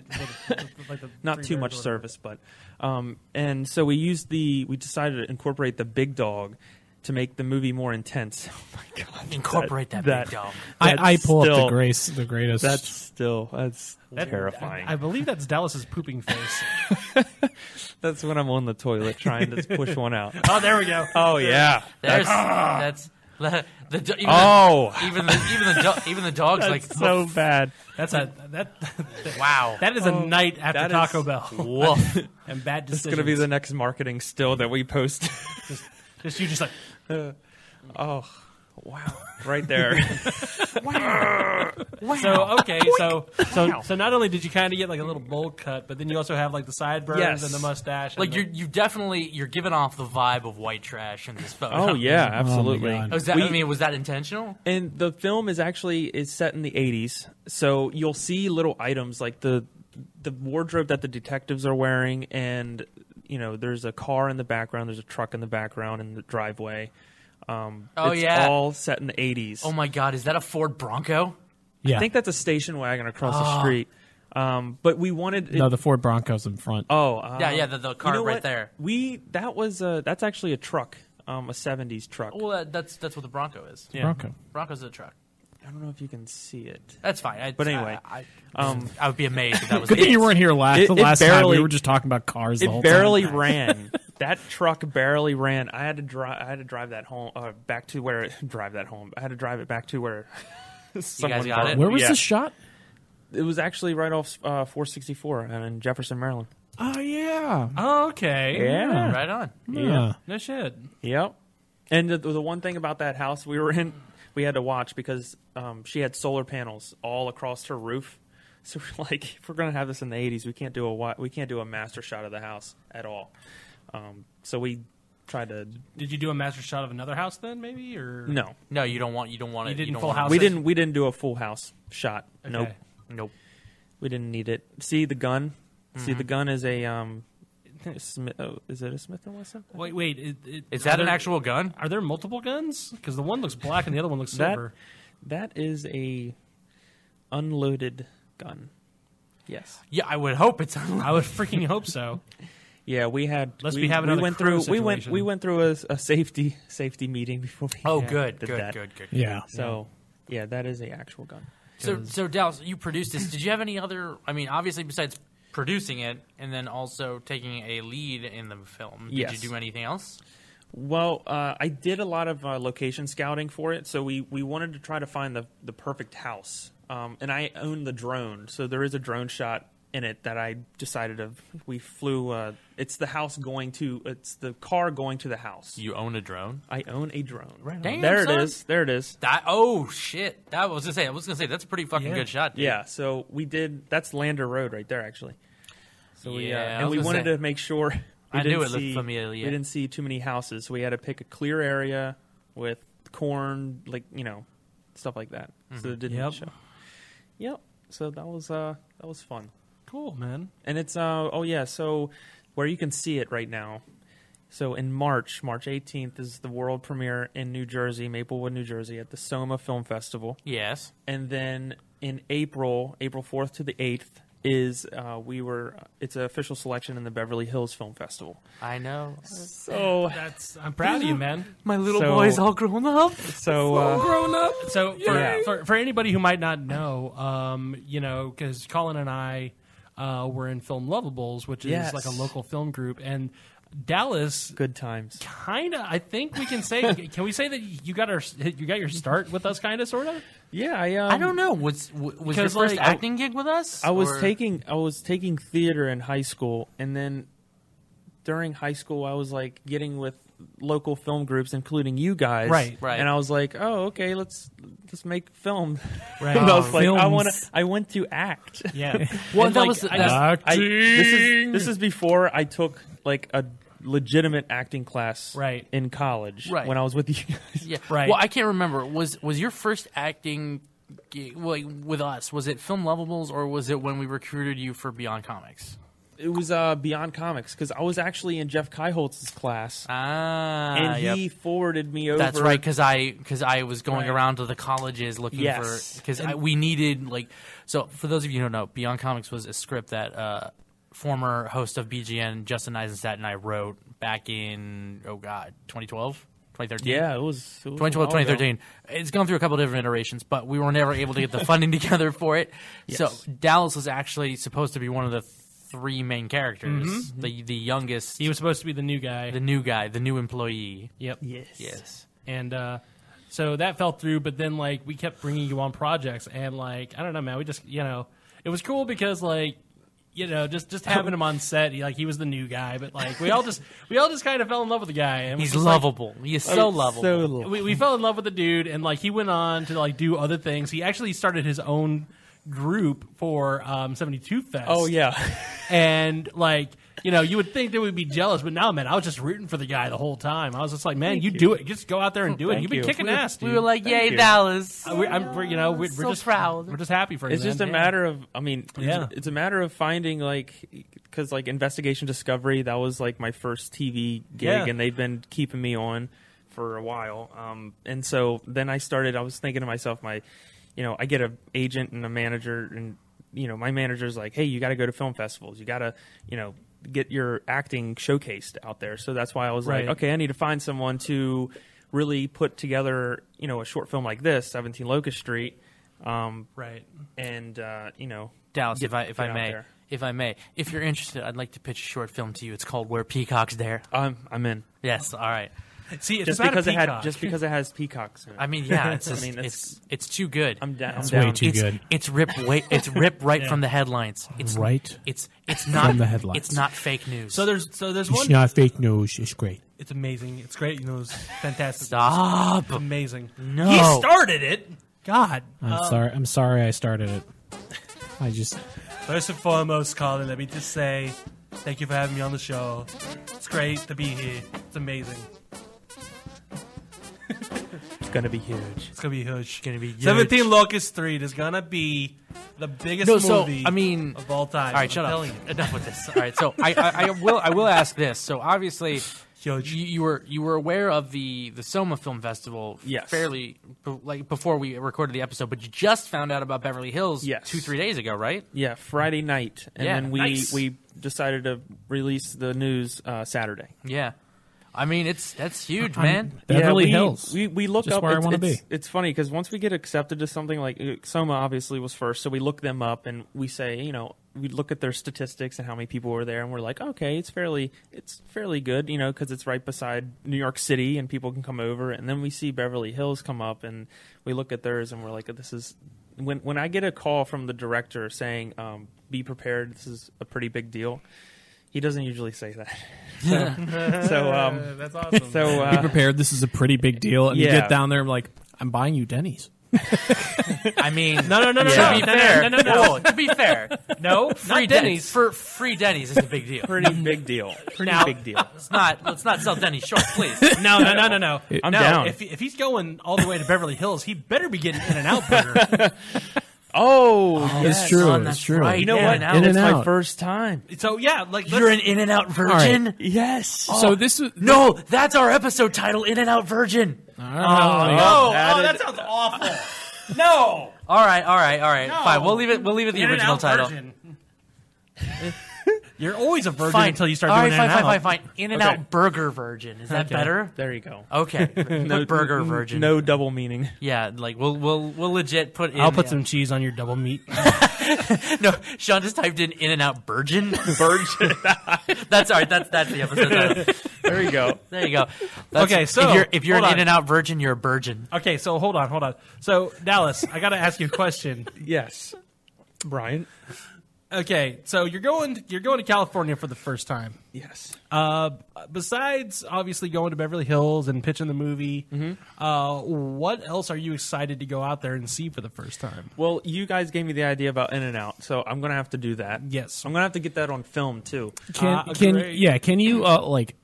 S7: Like the
S11: Not
S7: three
S11: too
S7: birds
S11: much
S7: or whatever.
S11: service, but um, and so we used the we decided to incorporate the big dog to make the movie more intense. Oh my god!
S6: Incorporate that big dog.
S11: that's
S3: I, I pull up
S11: still-
S3: the grace, the greatest.
S11: That's still that's
S7: That-
S11: terrifying.
S7: I, I believe that's Dallas's pooping face.
S11: that's when I'm on the toilet trying to push one out.
S7: Oh, there we go.
S11: Oh yeah,
S6: There's that's
S11: That's-
S6: the, the do- even
S11: Oh.
S6: the, even the even the do- even the dog's like
S11: That's so
S6: "Woof."
S11: bad.
S7: That's a that.
S6: wow.
S7: That is a night after
S11: Oh, that
S7: Taco
S11: is-
S7: Bell.
S11: Woof.
S7: and bad
S11: This
S7: decisions.
S11: is going to be the next marketing still that we post.
S7: just, just you, just like
S11: oh, wow. Right there.
S7: Wow. So okay, so so so not only did you kind of get like a little bowl cut, but then you also have like the sideburns
S6: Yes.
S7: and the mustache. and
S6: Like
S7: the-
S6: you, you definitely you're giving off the vibe of white trash in this photo.
S11: Oh, yeah, absolutely.
S6: Oh, is that,
S11: We-
S6: I mean, was that intentional?
S11: and the film is actually is set in the 80s. So you'll see little items like the the wardrobe that the detectives are wearing and you know, there's a car in the background, there's a truck in the background in the driveway. Um,
S6: Oh,
S11: it's
S6: yeah.
S11: all set in the 80s.
S6: Oh my God, is that a Ford Bronco?
S11: I
S3: Yeah.
S11: think that's a station wagon across
S6: Ah.
S11: the street. Um, but we wanted
S3: no, the Ford Broncos in front.
S11: Oh, uh,
S6: Yeah, yeah, the- the car
S11: you know
S6: right
S11: what?
S6: there.
S11: We that was uh, that's actually a truck, um, a '70s truck.
S6: Well, that, that's that's what the Bronco is.
S11: Yeah. Bronco.
S6: Bronco's a truck.
S11: I don't know if you can see it.
S6: That's fine. I-
S11: but anyway,
S6: I- I-
S11: um,
S6: I would be amazed if that was
S3: Good thing you weren't here last.
S11: It-
S3: the
S11: it
S3: last time we
S11: barely-
S3: were just talking about cars. the
S11: It
S3: whole
S11: barely
S3: time.
S11: ran. that truck barely ran. I had to drive. I had to drive that home uh, back to where it, drive that home. I had to drive it back to where. someone
S6: got it?
S3: Where was
S11: yeah.
S3: this shot?
S11: It was actually right off uh, 464 and in Jefferson, Maryland.
S3: Oh yeah.
S7: Oh, okay.
S11: Yeah.
S6: Right on.
S3: Yeah.
S7: No shit.
S11: Yep. And the, the one thing about that house we were in, we had to watch because um, she had solar panels all across her roof. So we're like, if we're gonna have this in the '80s, we can't do a wi- we can't do a master shot of the house at all. Um, so we tried to
S7: Did you do a master shot of another house then, maybe or
S11: no,
S6: No, you don't want you don't want
S7: You
S6: it.
S7: didn't
S6: don't
S7: full
S6: want it.
S7: house
S11: we
S7: it?
S11: didn't we didn't do a full house shot.
S7: Okay.
S11: Nope, nope. We didn't need it. See the gun. See
S6: Mhm.
S11: the gun is a um, Smith, oh, is it a Smith and Wesson?
S7: Wait, wait. It, it,
S6: Is
S7: are
S6: that an
S7: there-
S6: actual gun?
S7: Are there multiple guns? Because the one looks black and the other one looks
S11: That-
S7: silver.
S11: That is a unloaded gun. Yes.
S6: Yeah, I would hope it's. I
S7: would freaking hope so.
S11: Yeah, we had.
S7: Let's
S11: we,
S7: be having
S11: we
S7: another
S11: went
S7: crew
S11: through. We went.
S7: situation.
S11: We went through a, a safety safety meeting before we.
S6: Oh,
S11: had-
S6: good,
S11: did
S6: good,
S11: that.
S6: good, good, good. Yeah.
S11: So, yeah, that is a actual gun.
S6: So, so Dallas, you produced this. Did you have any other? I mean, obviously, besides producing it and then also taking a lead in the film, did
S11: Yes.
S6: you do anything else?
S11: Well, uh, I did a lot of uh, location scouting for it, so we, we wanted to try to find the the perfect house. Um, and I own the drone, so there is a drone shot in it that I decided of. We flew. Uh, it's the house going to. It's the car going to the house.
S6: You own a drone.
S11: I own a drone. Right.
S6: Damn,
S11: there
S6: son.
S11: it is. There it is.
S6: That oh shit! That I was gonna say. I was gonna say that's a pretty fucking good shot. Dude.
S11: Yeah. So we did. That's Lander Road right there, actually. So we
S6: Yeah,
S11: uh,
S6: I
S11: and
S6: was
S11: we
S6: gonna
S11: wanted
S6: say.
S11: to make sure. we
S6: I knew
S11: didn't
S6: it looked
S11: see-
S6: familiar,
S11: We
S6: yeah.
S11: didn't see too many houses, so we had to pick a clear area with corn, like you know, stuff like that. So
S6: Mm-hmm.
S7: Mhm.
S11: it didn't
S7: Yep.
S11: show. Yep. So that was uh that was fun.
S7: Cool, man.
S11: And it's uh oh yeah, so where you can see it right now. So in March, March 18th is the world premiere in New Jersey, Maplewood, New Jersey at the Soma Film Festival.
S6: Yes.
S11: And then in April, April 4th to the 8th is uh, we were it's an official selection in the Beverly Hills Film Festival.
S6: I know.
S11: So
S7: that's I'm proud of you, man.
S11: My little So- boy's all
S7: grown up.
S11: So, uh,
S7: grown up. So for,
S11: Yeah.
S7: for for anybody who might not know, um, you know, because Colin and I uh, were in Film Lovables, which is
S11: Yes.
S7: like a local film group, and Dallas.
S11: Good times.
S7: Kind of. I think we can say. can we say that you got our you got your start with us? Kind of, sort of.
S11: Yeah, I. um,
S6: I don't know. Was was your
S7: 'Cause,
S6: first
S7: like, I-
S6: acting gig with us?
S11: I was
S6: or-
S11: taking I was taking theater in high school, and then during high school, I was like getting with local film groups, including you guys,
S7: Right. Right.
S11: And I was like, oh, okay, let's let's make film.
S7: Right.
S11: and I was
S7: Oh,
S11: like, I
S7: films.
S11: want to. I went to act.
S7: Yeah.
S6: Well, that was-
S11: I-
S6: that's-
S11: I- this is
S6: Acting.
S11: this is before I took like a legitimate acting class
S7: right
S11: in college
S6: Right.
S11: when I was with you guys.
S6: Yeah. Well, I can't remember. Was was your first acting gig like, with us? Was it Film Lovables or was it when we recruited you for Beyond Comics?
S11: it was uh, Beyond Comics because I was actually in Jeff Kaiholtz's class.
S6: Ah,
S11: and he
S6: yep.
S11: forwarded me over.
S6: That's right, because I because I was going
S11: Right.
S6: around to the colleges looking
S11: Yes.
S6: for because
S11: And-
S6: we needed like so. For those of you who don't know, Beyond Comics was a script that uh, former host of BGN Justin Eisenstadt and I wrote back in oh god 2012. 2013.
S11: Yeah, it was- it was a
S6: 2012,
S11: while ago.
S6: 2013. It's gone through a couple different iterations, but we were never able to get the funding together for it.
S11: Yes.
S6: So Dallas was actually supposed to be one of the three main characters,
S11: Mm-hmm.
S7: Mhm.
S6: the the youngest.
S7: He was supposed to be the new guy.
S6: The new guy, the new employee.
S7: Yep.
S11: Yes.
S6: Yes.
S7: And uh, so that fell through, but then like we kept bringing you on projects, and like I don't know, man, we just you know it was cool because like you know just just having him on set, he, like he was the new guy, but like we all just we all just kind of fell in love with the guy. And it was
S6: He's
S7: just, like-
S6: lovable. He is so lovable.
S7: We, we fell in love with the dude, and like he went on to like do other things. He actually started his own group for um, 72 Fest.
S11: Oh, yeah.
S7: and like you know, you would think they would be jealous, but no, man, I was just rooting for the guy the whole time. I was just like, man,
S6: Thank
S7: you,
S6: you.
S7: do it. Just go out there and do it.
S11: Thank
S7: You've been
S11: you.
S7: kicking
S11: We-
S7: ass. Dude.
S6: we were like,
S11: Thank
S6: yay,
S11: you.
S6: Dallas.
S7: Uh, we- I'm, we're- you know, we're, we're
S6: So
S7: just
S6: proud.
S7: We're just happy for him.
S11: It's just a
S7: man.
S11: matter of, I mean, it's,
S7: Yeah.
S11: it's a matter of finding like, because like Investigation Discovery, that was like my first TV gig,
S7: Yeah.
S11: and they've been keeping me on for a while. Um, and so then I started. I was thinking to myself, my, you know, I get a agent and a manager, and you know, my manager's like, hey, you got to go to film festivals. You got to, you know, get your acting showcased out there. So that's why I was
S7: Right.
S11: like, okay, I need to find someone to really put together, you know, a short film like this, 17 Locust Street. Um,
S7: right.
S11: And, uh, you know,
S6: Dallas,
S11: get-
S6: if I if I
S11: get out
S6: may,
S11: there.
S6: if I may, if you're interested, I'd like to pitch a short film to you. It's called Where Peacocks Dare.
S11: I'm I'm in.
S6: Yes, all right.
S7: See,
S11: just because it had just because it has peacocks. In it.
S6: I mean, yeah, it's just,
S11: I mean,
S6: it's it's too good. I'm
S11: down. It's I'm way down. too
S6: it's,
S11: good.
S6: It's ripped way. It's ripped right
S11: Yeah.
S6: from the headlines. It's
S17: Right
S6: It's it's not
S17: from the headlines.
S6: It's not fake news.
S7: So there's so there's
S17: It's
S7: one.
S17: not fake news. It's great.
S7: It's amazing. It's great. You know, it's fantastic.
S6: Stop.
S7: It's amazing.
S6: No.
S7: He started it. God.
S17: I'm
S7: Um,
S17: sorry. I'm sorry. I started it. I just
S7: First and foremost, Colin, let me just say thank you for having me on the show. It's great to be here. It's amazing.
S11: it's gonna be huge.
S7: It's gonna be huge. It's
S6: gonna be huge.
S7: 17 Locust Street is gonna be the biggest
S6: No, so,
S7: movie
S6: I mean-
S7: of all time.
S6: All right,
S7: I'm
S6: shut up.
S7: telling you.
S6: Enough with this. All right, so I, I, I will I will ask this. So obviously, You, you were you were aware of the the Soma Film Festival
S11: Yes.
S6: fairly b- like before we recorded the episode, but you just found out about Beverly Hills
S11: Yes.
S6: two three days ago, right?
S11: Yeah, Friday night, and
S6: Yeah,
S11: then we
S6: nice.
S11: we decided to release the news uh, Saturday.
S6: Yeah, I mean it's that's huge,
S11: I'm-
S6: man.
S11: Yeah, we- We we look
S17: Just
S11: up
S17: where I
S11: it's-
S17: wanna be.
S11: it's- It's funny because once we get accepted to something like uh, Soma, obviously was first, so we look them up and we say, you know, we look at their statistics and how many people were there, and we're like, okay, it's fairly it's fairly good, you know, because it's right beside New York City and people can come over, and then we see Beverly Hills come up and we look at theirs and we're like, this is when when I get a call from the director saying, um, be prepared, this is a pretty big deal. He doesn't usually say that. So, so, um,
S7: That's awesome.
S11: So uh,
S3: Be prepared. This is a pretty big deal. And you
S11: Yeah.
S3: get down there, I'm like, I'm buying you Denny's.
S6: I mean,
S7: No, no, no, no,
S6: To
S7: no,
S6: be
S7: no, no,
S6: fair,
S7: no, no, no.
S6: Whoa, to be fair,
S7: No, not
S6: free
S7: Denny's.
S6: for free Denny's is a big deal.
S11: pretty big deal. Pretty
S6: Now-
S11: big deal.
S6: Let's not let's not sell Denny's short, please.
S7: No, no, no, no, no.
S11: I'm
S7: no,
S11: down.
S7: If, if he's going all the way to Beverly Hills, he better be getting In and Out Burger.
S11: Oh,
S3: It's yes, true, son, it's that's true. right,
S11: You know what?
S3: In-N-Out.
S11: It's my
S3: In-N-Out.
S11: first time.
S7: so yeah, like
S6: You're an In and Out virgin.
S3: All right.
S11: Yes.
S3: So this is
S6: no. That's our episode title: In and Out Virgin.
S7: Oh,
S11: that
S7: oh, that
S11: is-
S7: sounds awful. No.
S6: All right, all right, all right.
S7: No.
S6: Fine, we'll leave it. We'll leave it the
S7: In-N-Out
S6: original title.
S7: Virgin. You're always a virgin
S6: Fine.
S7: until you start
S6: All
S7: doing
S6: right,
S7: In-N-Out.
S6: fine, fine, fine, fine. In and
S7: Okay.
S6: Out Burger Virgin. Is that
S7: Okay.
S6: better?
S11: There you go.
S6: Okay. Put burger Virgin.
S11: No double meaning.
S6: Yeah, like we'll we'll we'll legit put. In
S7: I'll put some cheese on your double meat.
S6: No, Sean just typed in In and Out Virgin. Virgin. that's all right. That's that's the episode title.
S11: There you go.
S6: There you go. That's-
S7: Okay, so,
S6: if you're if you're an
S7: hold on.
S6: In and Out Virgin, you're a virgin.
S7: Okay, so hold on, hold on. So Dallas, I got to ask you a question.
S11: Yes, Brian.
S7: Okay, so you're going you're going to California for the first time.
S11: Yes.
S7: Uh, besides obviously going to Beverly Hills and pitching the movie,
S11: Mm-hmm.
S7: uh, what else are you excited to go out there and see for the first time?
S11: Well, you guys gave me the idea about In and Out, so I'm gonna have to do that.
S7: Yes.
S11: I'm gonna have to get that on film too.
S3: Can
S7: Uh,
S3: can
S7: great.
S3: yeah? Can you uh, like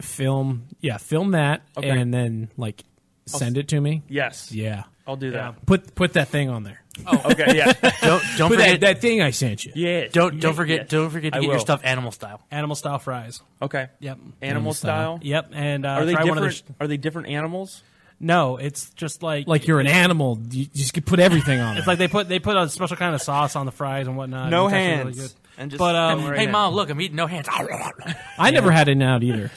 S3: film yeah film that
S11: Okay.
S3: and then like send it to me?
S11: Yes.
S3: Yeah.
S11: I'll do that.
S3: Put put that thing on there.
S11: Oh. Okay. Yeah.
S6: Don't don't
S3: put that,
S6: forget
S3: that thing I sent you.
S11: Yes.
S6: don't don't
S11: Yeah,
S6: forget
S11: yes.
S6: don't forget to
S11: I
S6: get your
S11: will.
S6: stuff animal style.
S7: Animal style fries.
S11: Okay.
S7: Yep.
S11: Animal style.
S7: Yep. And uh,
S11: Are they
S7: try one
S11: different?
S7: of the sh-
S11: are they different animals?
S7: no, it's just like
S3: Like you're an animal. You just could put everything on.
S7: It's
S3: there.
S7: like they put they put a special kind of sauce on the fries and whatnot.
S11: No
S7: It's actually
S11: hands. And
S7: Really good.
S11: just
S7: But um,
S11: throw 'em right
S6: Hey
S11: in.
S6: mom, Oh, look, I'm eating no hands.
S3: I never had it out either.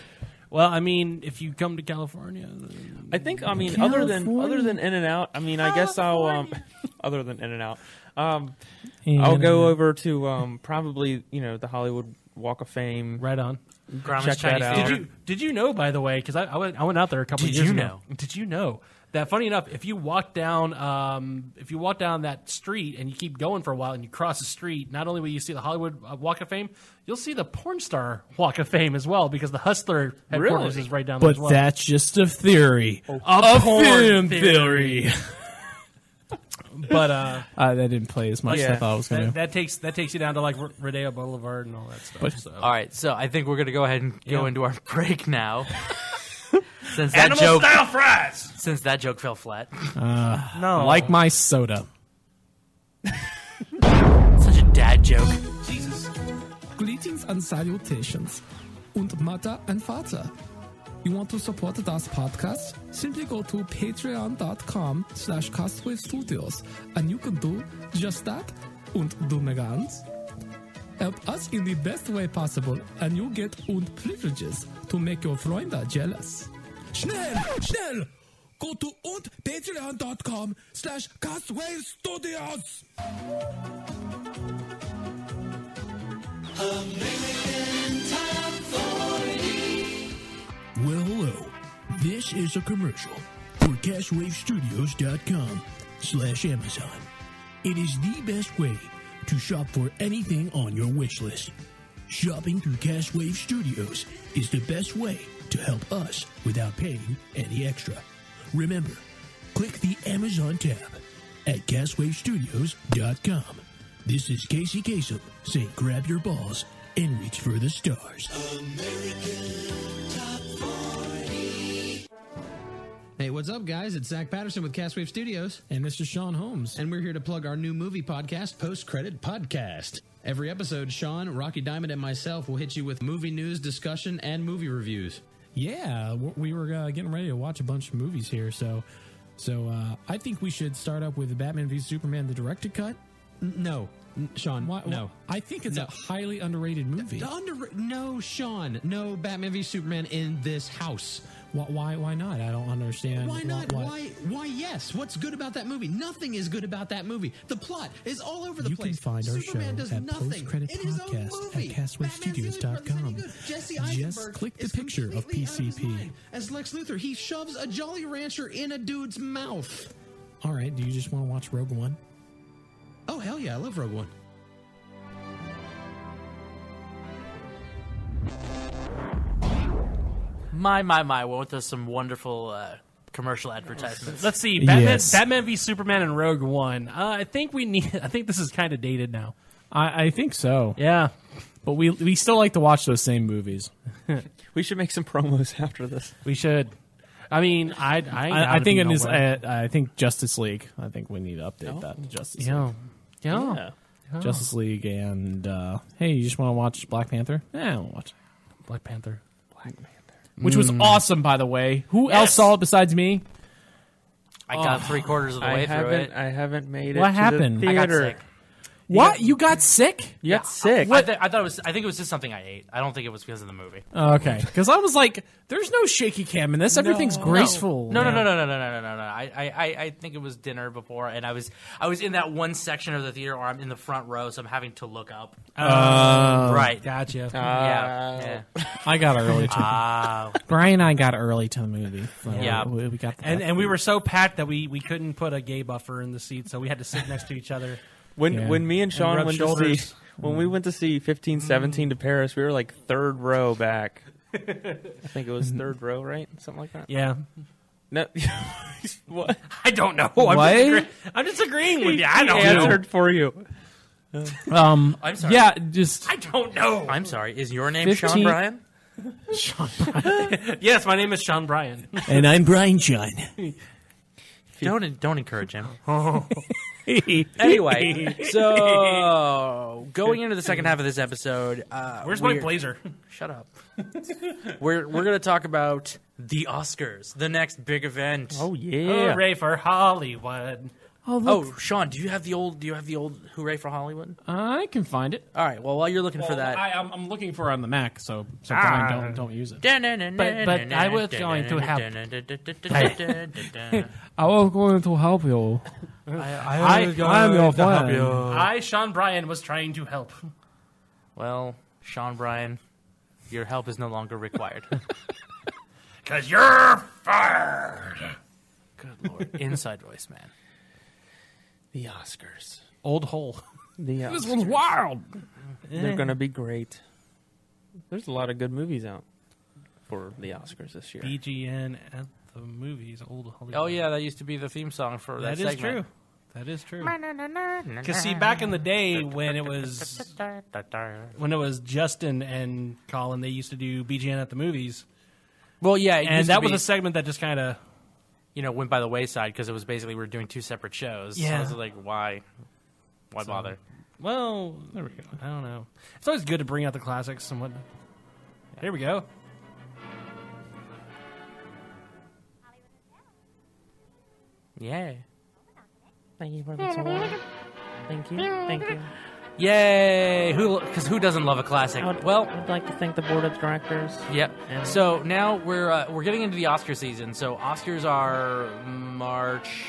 S7: well, I mean, if you come to California, then-
S11: I think I mean other than other than In and Out, I mean I guess I'll um other than In and Out. Um I'll go over to um probably, you know, the Hollywood Walk of Fame.
S7: right on.
S6: Grandma's
S11: Check that
S6: Chinese
S11: out.
S7: Did
S6: theater.
S7: you did you know by the way? Because I, I went I went out there a couple
S6: Did
S7: years
S6: you
S7: ago.
S6: know?
S7: Did you know that? Funny enough, if you walk down um, if you walk down that street and you keep going for a while and you cross the street, not only will you see the Hollywood uh, Walk of Fame, you'll see the porn star Walk of Fame as well because the Hustler headquarters
S11: Really?
S7: is right down there.
S3: But
S7: as well.
S3: that's just a theory.
S7: A
S3: a
S7: porn
S3: film
S7: theory.
S3: theory.
S7: but uh,
S3: uh, that didn't play as much as I
S11: Yeah.
S3: thought it was going
S7: that,
S3: to.
S7: that takes that takes you down to like R- Rodeo Boulevard and all that stuff.
S3: But-
S7: so.
S6: All right, so I think we're gonna go ahead and go
S7: Yeah.
S6: into our break now. since that joke,
S7: style fries.
S6: since that joke fell flat,
S7: No,
S3: Like my soda.
S6: such a dad joke.
S21: Greetings and salutations und Mutter and Vater. You want to support das Podcast? Simply go to patreon.com slash castwave studios and you can do just that und dumme Gans. Help us in the best way possible and you get und privileges to make your Freunde jealous. Schnell, schnell! Go to und patreon.com slash castwave studios!
S22: Well, hello. This is a commercial for CashWaveStudios.com slash Amazon. It is the best way to shop for anything on your wish list. Shopping through Cashwave Studios is the best way to help us without paying any extra. Remember, click the Amazon tab at CashWaveStudios.com. This is Casey Kasem saying grab your balls and reach for the stars.
S23: Hey, what's up, guys? It's Zach Patterson with Castwave Studios. And Mr. Sean Holmes. And we're here to plug our new movie podcast, Post Credit Podcast. Every episode, Sean, Rocky Diamond, and myself will hit you with movie news, discussion, and movie reviews.
S3: Yeah, w- we were uh, getting ready to watch a bunch of movies here, so so uh, I think we should start up with Batman v Superman: The Director Cut.
S24: No, Sean,
S3: Why,
S24: no.
S3: I think it's
S24: No.
S3: a highly underrated movie.
S24: The under no Sean no Batman v Superman in this house.
S3: Why, why? Why not? I don't understand.
S24: Why not? Why? Why? Yes. What's good about that movie? Nothing is good about that movie. The plot is all over the
S3: you
S24: place.
S3: can find our
S24: Superman
S3: show
S24: does
S3: at
S24: nothing.
S3: postcredit
S24: It is own
S3: podcast
S24: movie.
S3: at castwaystudios.com.
S24: Jesse
S3: Just
S24: Eisenberg
S3: click the
S24: is
S3: picture of
S24: completely out of his
S3: PCP.
S24: mind. As Lex Luthor, he shoves a Jolly Rancher in a dude's mouth.
S3: All right. Do you just want to watch Rogue One?
S24: Oh hell yeah! I love Rogue One.
S6: My, my, my. Won't there some wonderful uh, commercial advertisements?
S7: Let's see. Batman,
S6: Yes.
S7: Batman v Superman and Rogue One. Uh, I think we need. I think this is kind of dated now.
S3: I, I think so.
S7: Yeah,
S3: but we we still like to watch those same movies.
S11: we should make some promos after this.
S7: We should. I mean, I I,
S3: I, I think
S7: it
S3: in this, uh,
S7: is.
S3: I, I think Justice League. I think we need to update that to Justice
S7: Yeah.
S3: League.
S7: Yeah. Yeah. Yeah.
S3: Justice League and uh, hey, you just want to watch Black Panther? Yeah, I want to watch. it.
S7: Black Panther. Black Panther.
S3: Which was
S7: Mm.
S3: awesome, by the way. Who
S7: Yes.
S3: else saw it besides me?
S6: I got three quarters of the
S11: I
S6: way through
S11: haven't,
S6: it.
S11: I haven't made it.
S3: What
S11: to
S3: happened?
S11: The
S3: I got
S11: theater.
S6: sick.
S3: What? You got sick?
S11: You got sick.
S6: I, th- I thought it was. I think it was just something I ate. I don't think it was because of the movie.
S3: Okay, because I was like, "There's no shaky cam in this. Everything's graceful."
S6: No, no, no, no, no, no, no, no, no. no. I, I, I- I think it was dinner before, and I was, I was in that one section of the theater, or I'm in the front row, so I'm having to look up.
S3: Oh.
S6: right,
S7: Gotcha.
S6: Uh, yeah, yeah.
S3: I got early. To
S6: Ah.
S3: Brian and I got early to the movie. So
S7: Yeah.
S3: we, we got the
S7: And and we were so packed that we, we couldn't put a gay buffer in the seat, so we had to sit next to each other.
S11: When when me and Sean
S7: rub
S11: went to
S7: shoulders.
S11: see when we went to see fifteen seventeen to Paris, we were like third row back. I think it was third row, right? Something like that.
S7: Yeah.
S11: No. what?
S7: I don't know.
S6: oh,
S7: I'm
S11: What?
S7: just agreeing- I'm just agreeing with you. I don't
S11: he
S7: know.
S11: answered for you.
S3: Um.
S6: I'm sorry.
S3: Yeah. Just.
S6: I don't know. I'm sorry. Is your name Sean
S3: 15
S6: Bryan?
S3: Sean
S7: yes, my name is Sean Bryan.
S3: And I'm Brian John.
S6: Don't don't encourage him.
S7: Anyway,
S6: anyway, so going into the second half of this episode, uh,
S7: Where's my
S6: we're-
S7: blazer?
S6: Shut up. We're we're gonna talk about the Oscars, the next big event.
S11: Oh
S7: Hooray for Hollywood.
S6: Oh,
S7: look.
S6: Sean, do you have the old? Do you have the old "Hooray for Hollywood"?
S3: I can find it. Oh,
S6: All right. Well, while you're looking for that,
S3: I, I'm, I'm looking for it on the Mac, so so
S6: Ah.
S3: Brian, don't don't use it.
S7: But but I was going to help.
S3: I was going to help you. I- I was going I'm your to help friend. you.
S7: I, Sean Bryan, was trying to help.
S6: well, Sean Bryan, your help is no longer required.
S7: Cause you're fired.
S6: Good lord, inside voice, man.
S11: The Oscars.
S7: Old hole.
S11: The Oscars.
S3: This one's wild.
S11: They're gonna be great. There's a lot of good movies out for the Oscars this year.
S7: BGN at the movies. Old Hollywood.
S6: Oh yeah, that used to be the theme song for that.
S7: that is
S6: segment.
S7: true. That is true. Because see, back in the day when it was when it was Justin and Colin, they used to do BGN at the movies.
S6: Well, yeah, it
S7: and
S6: used to
S7: that was
S6: be-
S7: a segment that just kind of
S6: you know, went by the wayside because it was basically we were doing two separate shows. So I
S7: Yeah.
S6: was like, why, why
S7: So-
S6: bother?
S7: well, there we go. I don't know. It's always good to bring out the classics. And what? Here we go.
S6: Yeah.
S11: Thank you for the tour. Thank you. Thank you.
S6: Yay! Who? Because who doesn't love a classic? well,
S11: I'd like to thank the board of directors.
S6: Yep. So now we're uh, we're getting into the Oscar season. So Oscars are March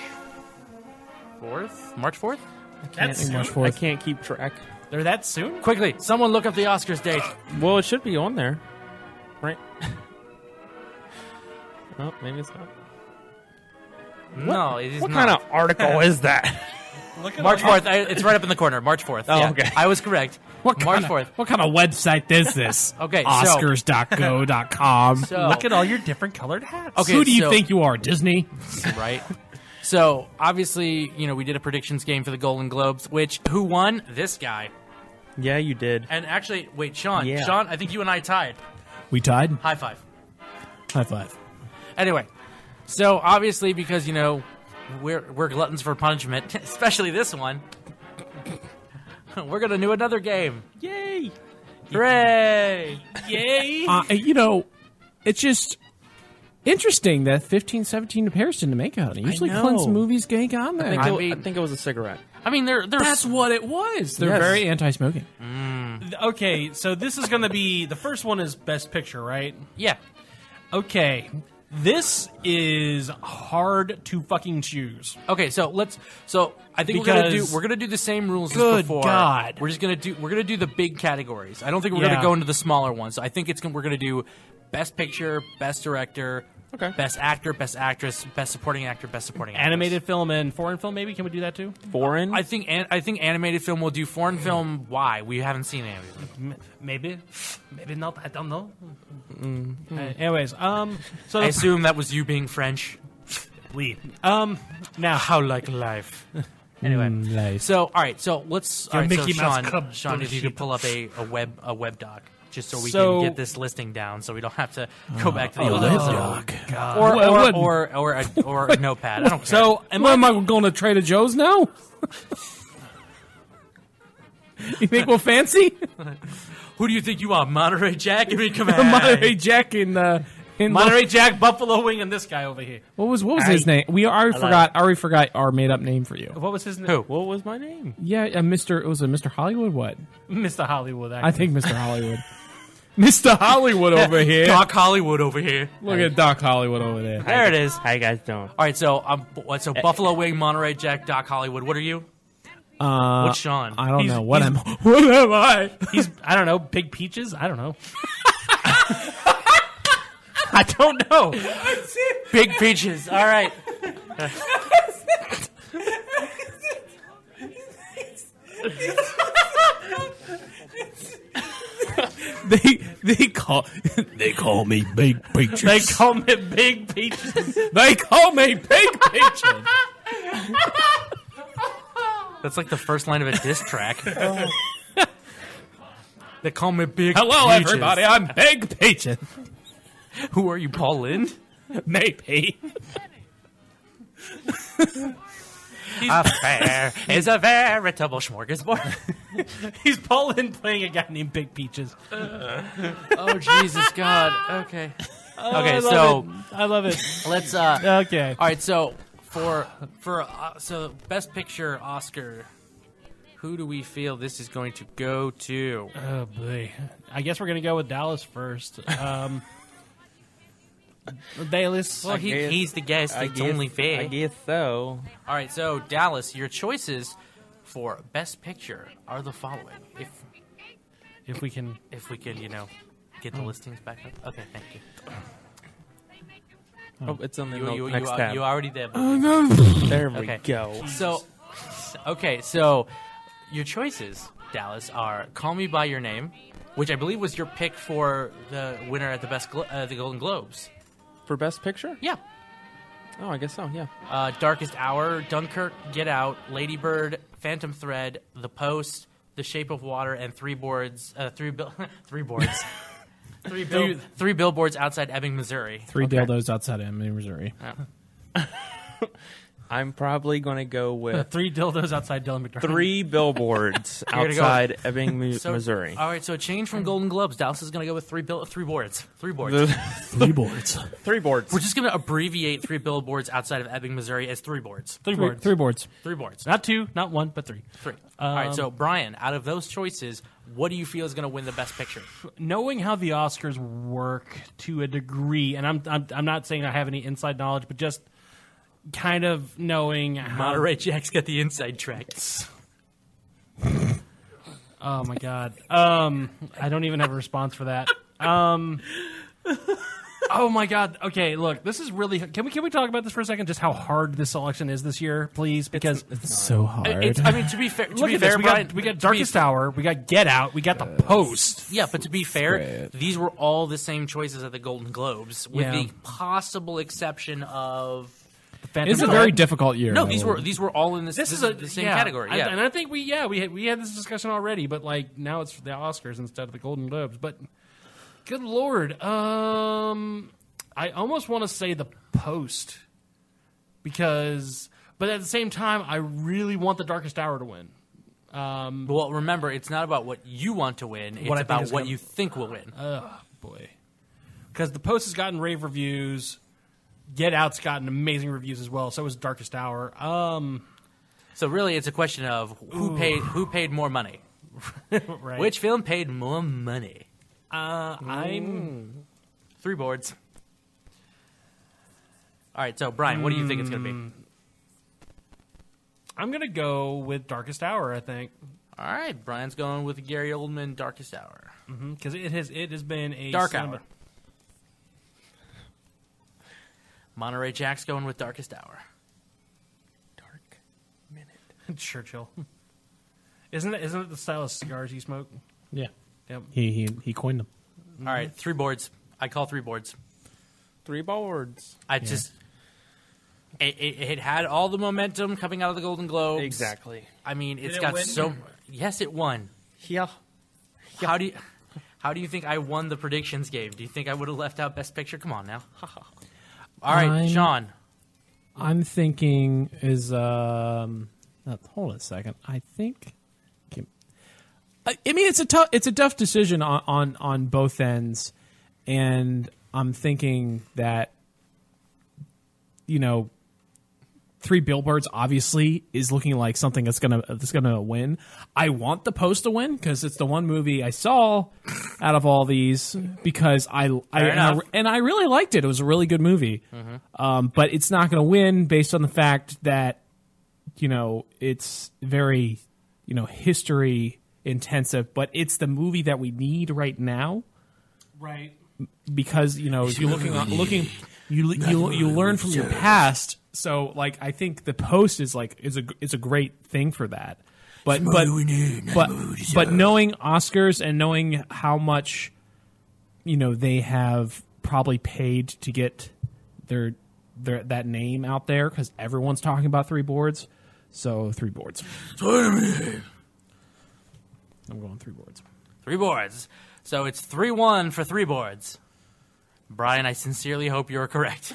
S6: fourth. March fourth.
S11: I can't, I can't keep track.
S7: They're that soon?
S6: Quickly, someone look up the Oscars date.
S11: Well, it should be on there, right? oh, maybe it's not.
S6: No, it is
S11: What
S6: not.
S11: kind of article is that?
S7: Look
S6: March
S7: up.
S6: fourth. It's right up in the corner. March fourth.
S11: Oh,
S6: yeah,
S11: okay.
S6: I was correct. What March
S3: kinda-
S6: fourth?
S3: What kind of website is this?
S6: Okay, so-
S3: Oscars.go.com.
S6: So- Look at
S7: all your different colored hats.
S6: Okay,
S3: Who do you
S6: so-
S3: think you are, Disney?
S6: right? So obviously, you know, we did a predictions game for the Golden Globes, which who won? This guy.
S11: Yeah, you did.
S6: And actually, wait, Sean,
S11: Yeah.
S6: Sean, I think you and I tied.
S3: We tied.
S6: High five.
S3: High five.
S6: Anyway, so obviously, because you know, we're we're gluttons for punishment, especially this one. we're gonna do another game.
S11: Yay!
S6: Hooray!
S7: Yay!
S3: Uh, you know, it's just interesting that fifteen, seventeen comparison to make out of it. Usually,
S11: know.
S3: Clint's movies gank on there.
S11: I think, it, I
S7: um,
S11: think it was a cigarette.
S6: I mean, they're, they're
S3: that's what it was. They're
S11: Yes.
S3: very anti-smoking.
S7: Okay, so this is going to be the first one is Best Picture, right?
S6: Yeah.
S7: Okay, this is hard to fucking choose.
S6: Okay, so let's. So I think we're gonna do we're gonna do the same rules as
S7: Good
S6: before.
S7: God.
S6: We're just gonna do we're gonna do the big categories. I don't think we're
S7: Yeah.
S6: gonna go into the smaller ones. So I think it's gonna, we're gonna do best picture, best director, okay. best actor, best actress, best supporting actor, best supporting actress.
S7: animated film and foreign film. Maybe can we do that too?
S11: Foreign.
S6: I think an, I think animated film will do foreign film. Why we haven't seen animated. film.
S7: M- maybe, maybe not. I don't know.
S6: Mm.
S7: Uh, anyways, um, so
S6: I assume that was you being French.
S7: We um now
S6: how like life.
S7: Anyway,
S3: Mm,
S6: So all right, so let's all
S7: Your
S6: right, so
S7: Mickey Mouse
S6: Sean,
S7: Club
S6: Sean, if you
S7: bullshit.
S6: could pull up a, a web a web doc just so we
S7: So-
S6: can get this listing down, so we don't have to go
S7: Uh,
S6: back to
S7: a
S6: the old
S7: web
S6: episode.
S7: doc. God.
S6: Or,
S7: Well,
S6: or,
S7: what-
S6: or or a, or a notepad. I don't care.
S3: So, am I, am I going to Trader Joe's now? you think we're fancy?
S6: Who do you think you are, Monterey Jack? I mean, come on,
S3: Monterey Jack in uh, in
S7: Monterey Jack, Buffalo Wing, and this guy over here.
S3: What was what was his name? We already
S7: I like
S3: forgot. I already forgot our made up name for you.
S7: What was his name?
S11: What was my name?
S3: Yeah, uh, Mr. It was a Mr. Hollywood. What?
S7: Mr. Hollywood. Actor.
S3: I think Mr. Hollywood. Mr. Hollywood over here.
S6: Doc Hollywood over here.
S3: Look at Doc Hollywood over there.
S6: There it is.
S11: How you guys doing?
S6: All right, so um, what- so Buffalo Wing, Monterey Jack, Doc Hollywood. What are you?
S3: Uh,
S6: What's Sean?
S3: I don't
S6: He's-
S3: know what am
S6: he's-
S3: what am I?
S7: He's I don't know. Big peaches. I don't know.
S6: I don't know. Big peaches. All right.
S3: They they call
S10: They call me Big Peaches.
S7: They call me Big Peaches.
S3: they call me Big Peaches.
S6: That's like the first line of a diss track. they call me Big.
S3: Hello,
S6: Peaches.
S3: everybody. I'm Big Peaches.
S6: Who are you, Paul Lind?
S3: Maybe.
S6: a fair is a veritable smorgasbord.
S7: He's Paul Lynn playing a guy named Big Peaches.
S6: oh Jesus God. Okay.
S7: Oh,
S6: okay.
S7: I love
S6: so
S7: it. I love it.
S6: let's. uh
S7: Okay.
S6: All right. So for for uh, so best picture Oscar. Who do we feel this is going to go to?
S7: Oh boy, I guess we're gonna go with Dallas first. Um, Bayless.
S6: Well, he, he's the guest.
S11: I
S6: It's
S11: guess-
S6: only fair.
S11: I guess so.
S6: All right, so Dallas, your choices for Best Picture are the following. If
S7: if we can,
S6: if we can, you know, get the
S11: Oh.
S6: listings back up. Okay, thank you.
S11: Oh, it's on the
S6: You,
S11: no-
S6: you,
S11: next
S6: you,
S11: tab.
S6: you already there. buddy.
S11: Oh, no. There we
S6: Okay.
S11: go.
S6: So, okay, so your choices, Dallas, are "Call Me by Your Name," which I believe was your pick for the winner at the best Glo- uh, the Golden Globes.
S11: For best picture?
S6: Yeah.
S11: Oh, I guess so. Yeah.
S6: Uh, Darkest Hour, Dunkirk, Get Out, Ladybird, Phantom Thread, The Post, The Shape of Water, and three boards, uh, three bill, three boards, three, bill- three billboards outside Ebbing, Missouri.
S3: Three dildos outside of Missouri.
S11: I'm probably going to go with
S7: three dildos outside Dylan McDermott.
S11: three billboards
S6: You're gonna go-
S11: outside Ebbing, Mi-
S6: So-
S11: Missouri.
S6: All right, so change from Golden Globes. Dallas is going to go with three bill, three boards, three boards.
S11: The- Three boards. Three boards.
S6: We're just going to abbreviate three billboards outside of Ebbing, Missouri as three boards.
S7: Three boards.
S3: Three boards.
S6: Three boards.
S7: Not two, not one, but three.
S6: Three. All right,
S7: Um,
S6: so Brian, out of those choices, what do you feel is going to win the best picture?
S7: knowing how the Oscars work to a degree, and I'm I'm, I'm not saying I have any inside knowledge, but just kind of knowing how.
S6: Monterey Jack's got the inside tracks.
S7: Oh my god. Um, I don't even have a response for that. Um. Oh my god. Okay, look, this is really. Can we can we talk about this for a second? Just how hard this selection is this year, please? Because it's,
S3: so hard.
S6: It's, I mean, to be fair, to
S7: Look
S6: be
S7: at
S6: fair,
S7: this. We
S6: Brian,
S7: got, we got
S6: to be
S7: Darkest Hour. We got Get Out. We got The Post.
S6: Yeah, but to be fair, these were all the same choices at the Golden Globes, with
S7: Yeah.
S6: the possible exception of.
S7: Phantom
S3: It's a very difficult year.
S6: No,
S3: by
S6: these
S3: the
S6: were
S3: way.
S6: these were all in this. This, is, the same
S7: yeah,
S6: category.
S7: I-
S6: Yeah,
S7: and I think we yeah we had, we had this discussion already, but like now it's the Oscars instead of the Golden Globes. But good lord, um, I almost want to say the Post because, but at the same time, I really want the Darkest Hour to win. Um,
S6: well, remember, it's not about what you want to win; it's
S7: What I think
S6: about
S7: is
S6: what
S7: gonna-
S6: you think will win.
S7: oh boy, because the post has gotten rave reviews. Get Out's gotten amazing reviews as well. So has Darkest Hour. Um,
S6: so really, it's a question of who
S7: Ooh.
S6: paid who paid more money.
S7: right.
S6: Which film paid more money?
S7: Uh,
S6: mm.
S7: I'm
S6: three boards. All right, so Brian, what do you think it's going to be?
S7: I'm gonna go with Darkest Hour. I think.
S6: All right, Brian's going with Gary Oldman, Darkest Hour.
S7: Because it has it has been a
S6: Dark
S7: cinema-
S6: Hour. Monterey Jack's going with Darkest Hour.
S7: Churchill. Isn't it? Isn't it the style of cigars you smoke?
S3: Yeah.
S7: Yep.
S3: He he he coined them.
S6: All right, three boards. I call three boards.
S11: Three boards.
S6: I just it, it, it had all the momentum coming out of the Golden Globes.
S11: Exactly.
S6: I mean,
S11: Did
S6: it's
S11: it
S6: got
S11: win?
S6: so. Yes, it won.
S11: Yeah.
S6: How do you? How do you think I won the predictions game? Do you think I would have left out Best Picture? Come on now. All right,
S3: I'm-
S6: Sean.
S3: I'm thinking is um. uh, hold on a second. I think. I I mean, it's a tough, it's a tough decision on, on on both ends, and I'm thinking that, you know, three billboards obviously is looking like something that's gonna that's gonna win. I want the post to win because it's the one movie I saw out of all these because I I,
S6: Fair
S3: and I
S6: enough.
S3: and I really liked it. It was a really good movie,
S6: Mhm.
S3: um, but it's not gonna win based on the fact that you know it's very you know history intensive, but it's the movie that we need right now
S7: Right.
S3: because you know if you're looking on, looking you you you learn from your past so like i think the post is like is a is a great thing for that but
S25: It's
S3: but
S25: what we need, not
S3: but
S25: what we
S3: but
S25: deserve.
S3: knowing oscars and knowing how much you know they have probably paid to get their their that name out there cuz everyone's talking about three boards so three boards i'm going three boards
S6: Three boards. So it's 3 1 for three boards. Brian, I sincerely hope you're correct.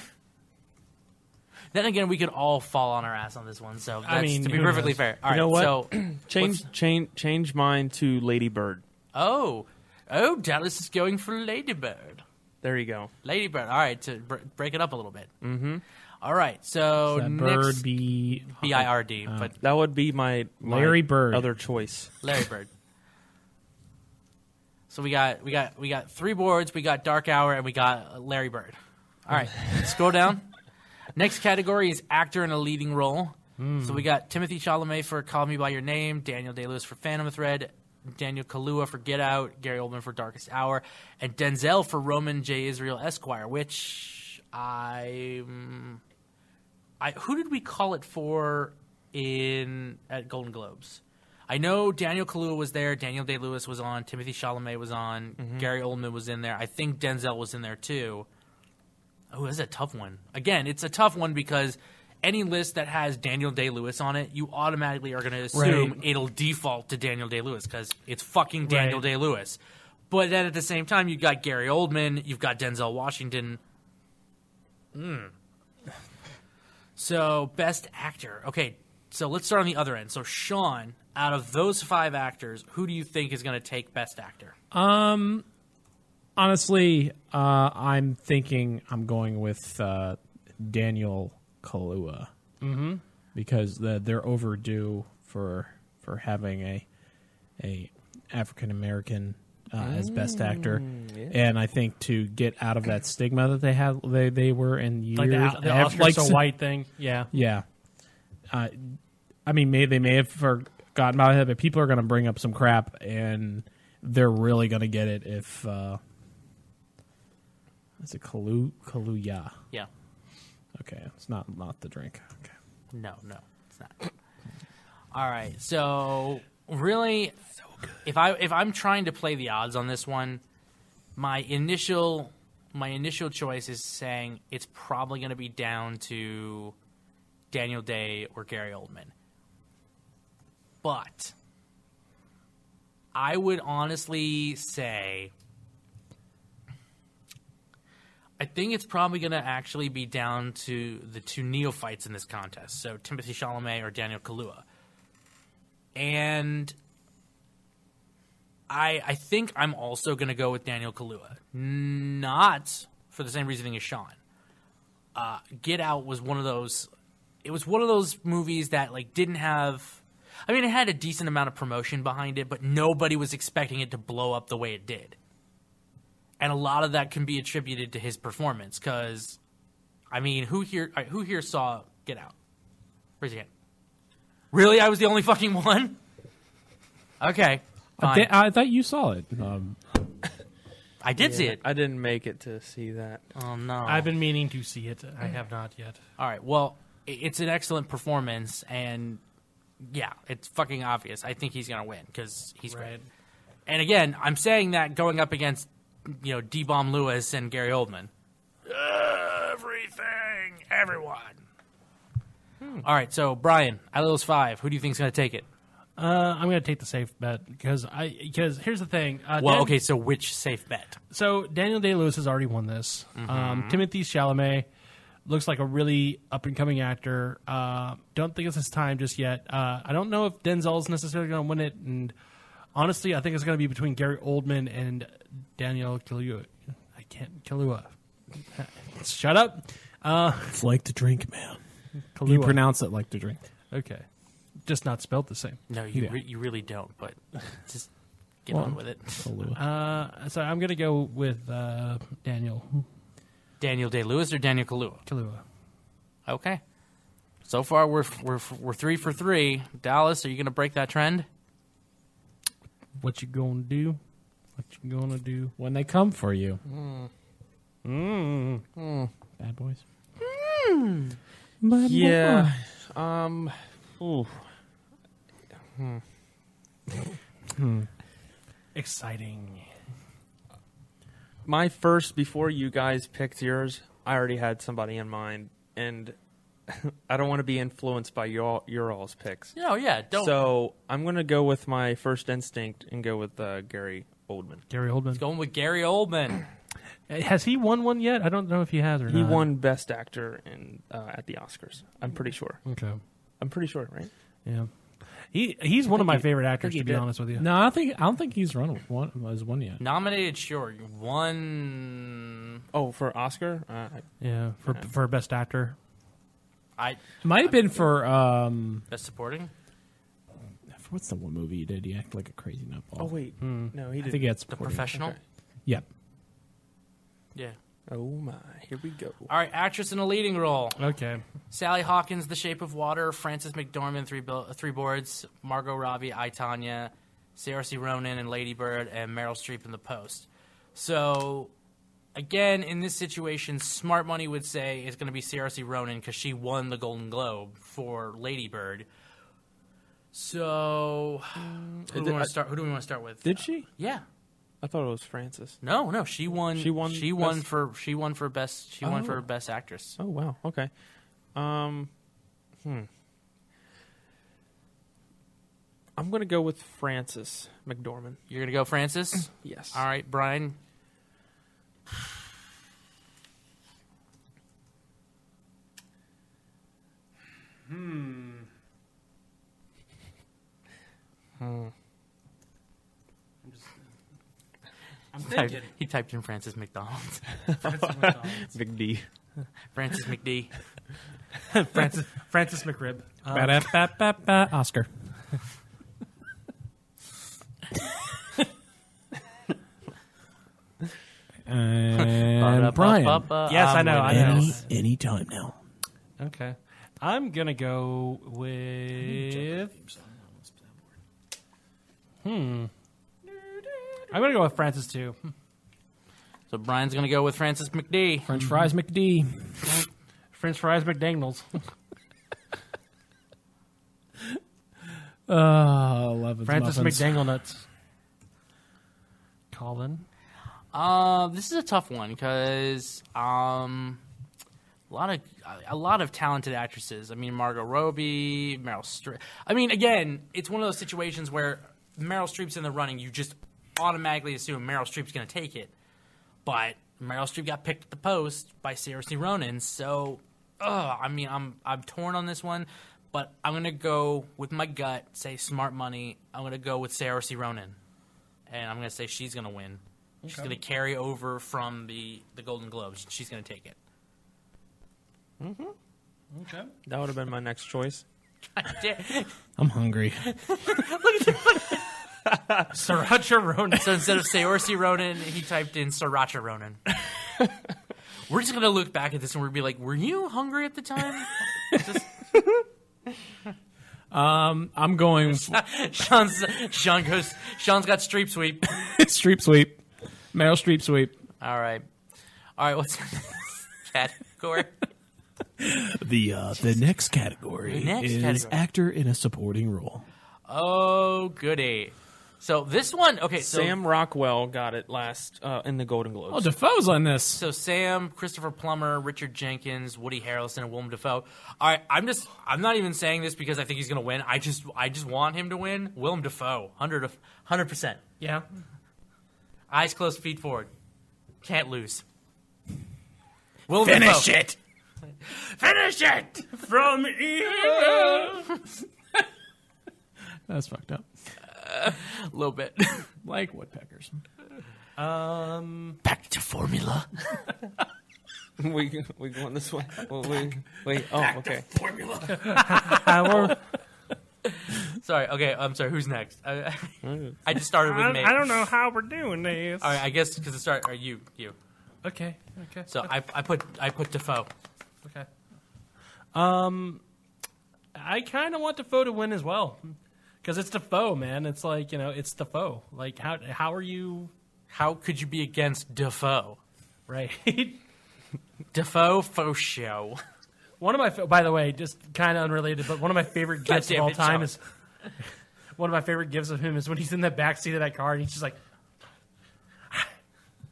S6: then again, we could all fall on our ass on this one. So that's,
S11: I mean,
S6: to be
S11: who
S6: perfectly
S11: knows?
S6: fair. All right,
S11: you know what?
S6: so
S11: change change change mine to Lady Bird.
S6: Oh, oh, Dallas is going for Ladybird.
S11: There you go.
S6: Ladybird. All right, to br- break it up a little bit.
S11: Mm-hmm.
S6: All right, so
S11: So that
S6: Oh, next,
S11: bird be-
S6: B I R D,
S11: Uh,
S6: but
S11: that would be my, my
S3: Larry Bird.
S11: other choice.
S6: Larry Bird. So we got we got we got three boards. We got Dark Hour, and we got Larry Bird. All right, scroll down. Next category is actor in a leading role.
S26: Hmm.
S6: So we got Timothy Chalamet for Call Me by Your Name, Daniel Day Lewis for Phantom Thread, Daniel Kaluuya for Get Out, Gary Oldman for Darkest Hour, and Denzel for Roman J. Israel Esquire. Which I, I who did we call it for in at Golden Globes? I know Daniel Kaluuya was there, Daniel Day Lewis was on, Timothy Chalamet was on,
S26: Mhm.
S6: Gary Oldman was in there. I think Denzel was in there too. Oh, that's a tough one. Again, it's a tough one because any list that has Daniel Day Lewis on it, you automatically are going to assume
S26: Right.
S6: it'll default to Daniel Day Lewis because it's fucking Daniel
S26: Right.
S6: Day Lewis. But then at the same time, you've got Gary Oldman, you've got Denzel Washington. Hmm. So, best actor. Okay, so let's start on the other end. So, Sean, out of those five actors, who do you think is going to take best actor?
S3: Um, honestly, uh, I'm thinking I'm going with uh, Daniel Kalua
S7: Mm-hmm.
S3: because the, they're overdue for for having a a African American uh, as best actor,
S7: Mm, yeah.
S3: and I think to get out of that stigma that they had they they were in years
S7: Like the Al- the
S3: af-
S7: Oscars so white thing. Yeah.
S3: yeah. Uh, I mean, may they may have forgotten about it, but people are going to bring up some crap, and they're really going to get it if uh, is it Kalu Kaluya?
S6: Yeah.
S3: Okay, it's not not the drink. Okay.
S6: No, no, it's not. All right, so really, if I if I'm trying to play the odds on this one, my initial my initial choice is saying it's probably going to be down to Daniel Day or Gary Oldman, but I would honestly say. I think it's probably going to actually be down to the two neophytes in this contest, so Timothy Chalamet or Daniel Kaluuya. And I I think I'm also going to go with Daniel Kaluuya, not for the same reasoning as Sean. Uh, Get Out was one of those. It was one of those movies that like didn't have. I mean, it had a decent amount of promotion behind it, but nobody was expecting it to blow up the way it did. And a lot of that can be attributed to his performance, because, I mean, who here all right, who here saw Get Out? Raise your hand. Really, I was the only fucking one. Okay,
S17: I,
S6: fine.
S17: thi- I thought you saw it. Um,
S6: I did see
S11: Yeah,
S6: it.
S11: I didn't make it to see that.
S6: Oh no!
S7: I've been meaning to see it. I have not yet.
S6: All right. Well, i- it's an excellent performance, and yeah, it's fucking obvious. I think he's gonna win because he's great. And again, I'm saying that going up against you know D Bomb Lewis and Gary Oldman. Everything, everyone. Hmm. All right. So Brian, at those five, who do you think's gonna take it?
S7: Uh, I'm going to take the safe bet because I because here's the thing. Uh,
S6: well,
S7: Dan-
S6: okay. So which safe bet?
S7: So Daniel Day Lewis has already won this. Um,
S6: Mhm.
S7: Timothy Chalamet looks like a really up and coming actor. Uh, don't think it's his time just yet. Uh, I don't know if Denzel's necessarily going to win it, and honestly, I think it's going to be between Gary Oldman and Daniel Kaluuya. I can't Kaluuya. Shut up. Uh,
S17: it's like to drink, man. You
S7: Kahlua.
S17: pronounce it like to drink.
S7: okay, just not spelled the same.
S6: No, you
S7: Yeah.
S6: re- you really don't. But just get
S7: Well,
S6: on with it.
S7: Uh, so I'm going to go with uh, Daniel
S6: Daniel Day Lewis or Daniel Kalua?
S7: Kaluuya.
S6: Okay. So far, we're we're we're three for three. Dallas, are you going to break that trend?
S7: What you gonna do? What you gonna do?
S17: When they come for you.
S7: Mm.
S17: Bad boys.
S11: yeah. Um. ooh. Hmm.
S7: Exciting.
S11: My first, before you guys picked yours, I already had somebody in mind, and I don't want to be influenced by your your all's picks.
S6: No, yeah, don't-
S11: So I'm gonna go with my first instinct and go with uh, Gary Oldman.
S7: Gary Oldman.
S6: Going with Gary Oldman.
S7: Has he won one yet? I don't know if he has or
S11: He
S7: not.
S11: won Best Actor in uh, at the Oscars. I'm pretty sure.
S7: Okay.
S11: I'm pretty sure, right?
S7: Yeah. He he's one of my
S11: think he-
S7: favorite
S11: I
S7: actors
S11: think he
S7: to be
S11: did.
S7: honest with you.
S17: No, I don't think I don't think he's run one was one yet.
S6: Nominated, sure. One.
S11: Oh, for Oscar. Uh,
S7: Yeah, for for best actor.
S6: I
S17: Might have been for um
S6: best supporting.
S17: for what's the one movie you did? You act like a crazy nutball.
S11: Oh wait,
S7: Hmm.
S11: no, he
S17: I
S11: didn't.
S17: think that's
S6: The Professional?
S17: Yep.
S6: Yeah.
S11: Oh my, here we go.
S6: All right, actress in a leading role.
S7: Okay.
S6: Sally Hawkins, The Shape of Water. Frances McDormand, Three Bill- uh, Three Boards. Margot Robbie, I Tanya. Saoirse Ronan and Lady Bird, and Meryl Streep in The Post. So, again, in this situation, smart money would say it's going to be Saoirse Ronan because she won the Golden Globe for Lady Bird. So, who do we
S11: did-
S6: want
S11: I-
S6: to start? Who do we want to start with?
S11: Did she?
S6: Yeah.
S11: I thought it was Francis.
S6: No, no, she won.
S11: She won
S6: She won
S11: best-
S6: for. She won for best. She won
S11: Oh.
S6: for best actress.
S11: Oh wow. Okay. Um. Hmm. I'm gonna go with Francis McDormand.
S6: You're gonna go Francis.
S11: Yes.
S6: All right, Brian.
S7: Hmm.
S11: Hmm.
S7: I'm just I'm
S6: Type- he typed in Francis McDonald.
S11: Big D.
S6: Francis McD.
S7: Francis Francis McRib. Um,
S17: Ba-da-ba-ba-ba. Oscar. and Brian.
S11: Uh,
S7: Yes,
S11: um,
S7: I know. I know.
S17: Any, any time now.
S7: Okay. I'm gonna go with. Hmm. I'm gonna go with Francis too.
S6: So Brian's gonna go with Francis McD.
S17: French fries McD.
S7: Mm-hmm. French fries McDaniels.
S17: Uh, love
S7: Francis
S17: muffins.
S7: McDangle nuts. Colin.
S6: Uh, this is a tough one because um, a lot of a lot of talented actresses. I mean, Margot Robbie, Meryl Streep. I mean, again, it's one of those situations where Meryl Streep's in the running. You just automatically assume Meryl Streep's going to take it, but Meryl Streep got picked at the post by Saoirse Ronan. So, ugh, I mean, I'm I'm torn on this one, but I'm going to go with my gut. Say smart money. I'm going to go with Saoirse Ronan, and I'm going to say she's going to win She's
S7: Okay.
S6: going to carry over from the, the Golden Globes. She's going to take it.
S11: Mm-hmm.
S7: Okay.
S11: That would have been my next choice.
S17: I'm hungry.
S6: Sriracha Ronin. So instead of Saoirse Ronin, he typed in Sriracha Ronin. we're just going to look back at this and we're going to be like, were you hungry at the time?
S17: Um, I'm going
S6: Sean's, Sean goes, Sean's got street sweep.
S17: Streep Sweep. Meryl Streep Sweep.
S6: All right. All right, what's the next category?
S17: The uh, the next category
S6: The next
S17: is
S6: category.
S17: actor in a supporting role.
S6: Oh, goody. So this one, okay, so
S11: Sam Rockwell got it last uh, in the Golden Globes.
S17: Oh, Defoe's on this.
S6: So Sam, Christopher Plummer, Richard Jenkins, Woody Harrelson, and Willem Dafoe. All right, I'm just I'm not even saying this because I think he's going to win. I just I just want him to win. Willem Dafoe, 100 percent.
S7: Yeah.
S6: Eyes closed, feet forward. Can't lose. Willem
S16: Finish
S6: Dafoe.
S16: it. Finish it from evil.
S17: That's fucked up.
S6: A little bit.
S17: like woodpeckers.
S6: Um, back to formula.
S11: we we going this way. Well, we, we, oh,
S6: Back to
S11: okay.
S6: formula. sorry. Okay, I'm sorry. Who's next? I, I just started with
S7: I,
S6: me.
S7: I don't know how we're doing this.
S6: All right, I guess because it started. Are you you?
S7: Okay. Okay.
S6: So I, I put I put Defoe.
S7: Okay. Um, I kind of want Defoe to win as well, because it's Defoe, man. It's like you know, it's Defoe. Like how how are you?
S6: How could you be against Defoe?
S7: Right.
S6: Defoe faux show.
S7: One of my, fa- by the way, just kind of unrelated, but one of my
S6: God
S7: favorite gifts of
S6: damn
S7: all
S6: it,
S7: time
S6: John.
S7: is one of my favorite gifts of him is when he's in the back seat of that car and he's just like,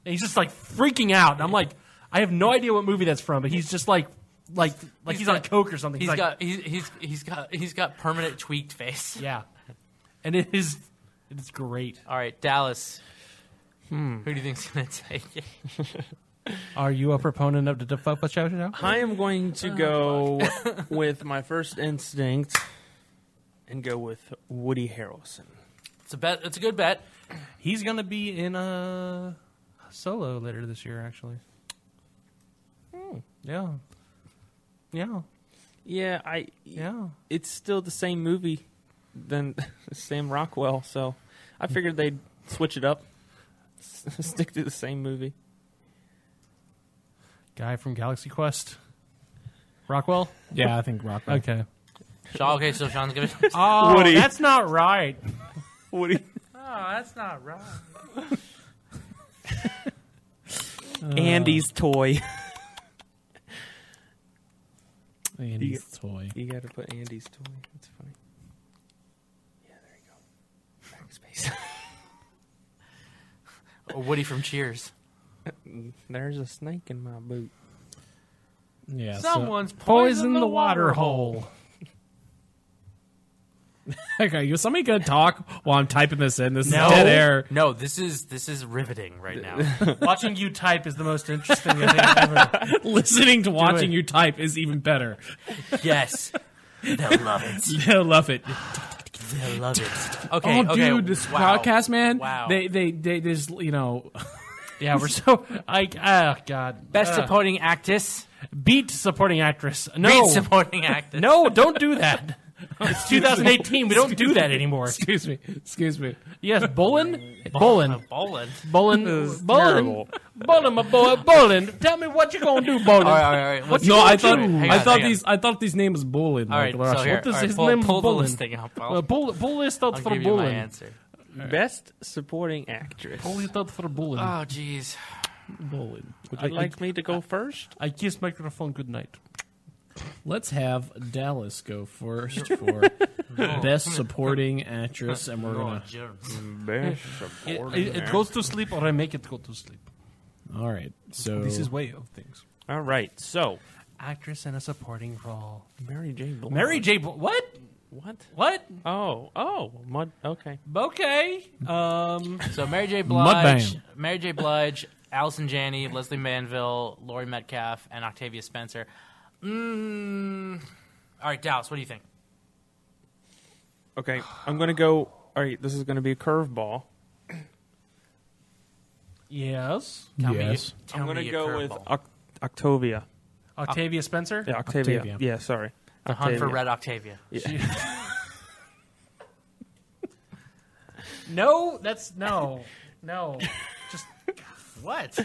S7: and he's just like freaking out, and I'm like, I have no idea what movie that's from, but he's just like, like, like he's, on
S6: got-
S7: coke or something.
S6: He's
S7: like,
S6: got he's, he's he's got he's got permanent tweaked face.
S7: Yeah, and it is it is great.
S6: All right, Dallas. Who do you think's gonna take it?
S7: Are you a proponent of the Defoe show? show?
S11: I am going to go with my first instinct and go with Woody Harrelson.
S6: It's a bet. It's a good bet.
S7: He's gonna be in a solo later this year, actually. Hmm. Yeah. Yeah.
S11: Yeah, I.
S7: Yeah.
S11: It's still the same movie than Sam Rockwell, so I figured they'd switch it up, s- stick to the same movie.
S7: Guy from Galaxy Quest. Rockwell.
S17: Yeah, I think Rockwell.
S7: Okay.
S6: Sean, okay, so Sean's gonna.
S7: Oh, that's not right.
S11: Woody.
S6: Oh, that's not right.
S11: Andy's toy.
S17: Andy's toy.
S11: You got to put Andy's toy. That's funny.
S6: Or Woody from Cheers.
S11: There's a snake in my boot.
S17: Yeah.
S11: so- Someone's
S17: poisoned
S11: poisoned the water
S17: hole. okay, you somebody gonna talk while I'm typing this in? This
S6: No.
S17: is dead air.
S6: No, this is this is riveting right now.
S7: Watching you type is the most interesting thing ever.
S17: Listening to
S7: Do
S17: watching
S7: it.
S17: you type is even better.
S6: Yes. They'll love it.
S17: They'll love it.
S6: They'll love it. Okay,
S17: oh,
S6: okay.
S17: dude, this
S6: wow.
S17: podcast, man.
S6: Wow.
S17: They, they, they just, you know.
S7: yeah, we're so. I ah God.
S6: Best
S7: Ugh.
S6: supporting actress.
S7: Beat supporting actress. No.
S6: Beat supporting actress.
S7: No, don't do that. It's 2018. We don't do that anymore.
S17: Excuse me. Excuse me.
S7: Yes, Bolin. Bolin.
S6: Boland.
S7: Bolin.
S17: This is
S7: Bolin.
S17: terrible.
S7: Bolin, my boy. Bolin. Tell me what you gonna do, Bolin.
S6: All right, all right, all right.
S7: What
S6: Let's-
S7: you
S17: No,
S7: gonna
S17: I thought
S7: do?
S6: Hang
S17: I
S6: on,
S17: thought
S6: hang on.
S17: these I thought these names Bulin.
S6: All right,
S17: like,
S6: so here,
S17: what does
S6: all right,
S17: his
S6: pull-
S17: name
S6: pull the
S17: Bulin?
S6: list thing up. I'll-
S7: Well, bull, bull list out
S6: I'll
S7: Uh, for
S6: give you my
S7: Bolin.
S6: answer.
S11: Best supporting actress.
S7: Bull list out for Bolin.
S6: Oh, jeez.
S17: Bolin.
S11: Would you like me to go first?
S7: I kiss microphone goodnight.
S17: Let's have Dallas go first for best supporting actress, and we're
S7: No,
S17: gonna
S7: germs. It, it, it
S11: actress.
S7: goes to sleep, or I make it go to sleep.
S17: All right, so
S7: This is way of things.
S11: All right, so
S7: Actress in a supporting role.
S11: Mary J. Blige.
S7: Mary J. Bl- what?
S11: What?
S7: What?
S11: Oh, oh, mud. Okay.
S7: Okay. Um.
S6: So Mary J. Blige,
S11: Mudvayne.
S6: Mary J. Blige, Allison Janney, Leslie Manville, Lori Metcalf, and Octavia Spencer. Mm. All right, Dallas, what do you think?
S11: Okay, I'm gonna go. All right, this is gonna be a curveball.
S7: Yes.
S11: Yes. I'm going to go with Oc- Octavia.
S7: Octavia Spencer?
S11: Yeah, Octavia.
S7: Octavia.
S11: Yeah, sorry.
S6: The hunt for
S11: Octavia.
S6: Red Octavia.
S11: Yeah.
S7: No, that's no, no. Just
S6: what?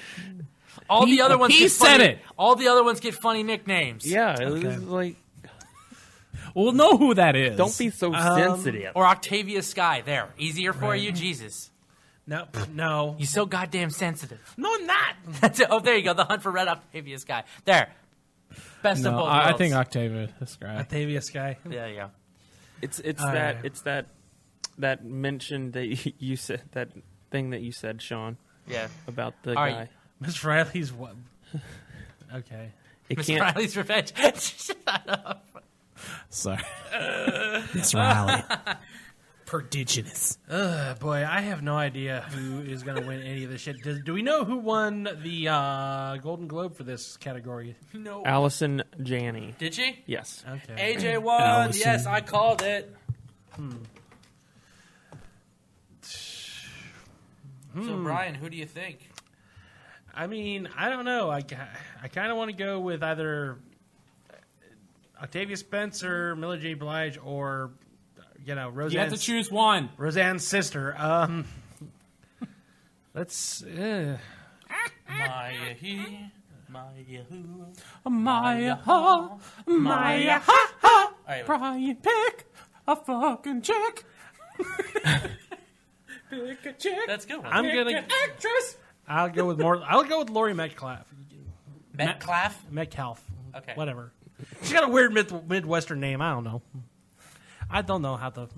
S6: All the other ones.
S7: He
S6: get
S7: said
S6: funny-
S7: it.
S6: All the other ones get funny nicknames.
S11: yeah, it was like
S17: We'll know who that is.
S11: Don't be so
S6: Um,
S11: sensitive.
S6: Or Octavia Sky. There, easier for you, Jesus.
S7: No, no.
S6: You're so goddamn sensitive.
S7: No, I'm not.
S6: That's it. Oh, there you go. The hunt for Red Octavia Sky. There. Best of
S17: No,
S6: both
S17: I, I
S6: worlds.
S17: think Octavia. This guy.
S7: Octavia Sky.
S6: Yeah, yeah.
S11: It's it's
S17: All
S11: that
S17: right.
S11: it's that that mention that you said that thing that you said, Sean.
S6: Yeah.
S11: About the
S7: All
S11: guy.
S7: right. Miss Riley's what? Okay.
S11: It
S6: Miss
S11: can't-
S6: Riley's revenge. Shut up.
S17: Sorry.
S7: Miss
S17: Riley. Prodigious.
S7: Ugh, boy, I have no idea who is going to win any of this shit. Does, do we know who won the uh, Golden Globe for this category?
S6: No.
S11: Allison Janney.
S6: Did she?
S11: Yes.
S7: Okay.
S6: AJ won.
S11: Allison.
S6: Yes, I Hmm. called it. So,
S7: Hmm.
S6: Brian, who do you think?
S7: I mean, I don't know. I, ca- I kind of want to go with either Octavia Spencer, Miller J. Blige, or you know, Roseanne.
S17: You have to choose one.
S7: Roseanne's sister. Um, let's. Uh,
S6: Maya he, Maya who.
S17: Maya ha, Maya ha ha. Brian, pick a fucking chick. pick a chick.
S6: That's good.
S7: I'm
S17: pick
S7: gonna-
S17: an actress.
S7: I'll go with more. I'll go with Lori Metcalf.
S6: Metcalf.
S7: Metcalf.
S6: Okay.
S7: Whatever. She's got a weird mid- Midwestern name. I don't know. I don't know how to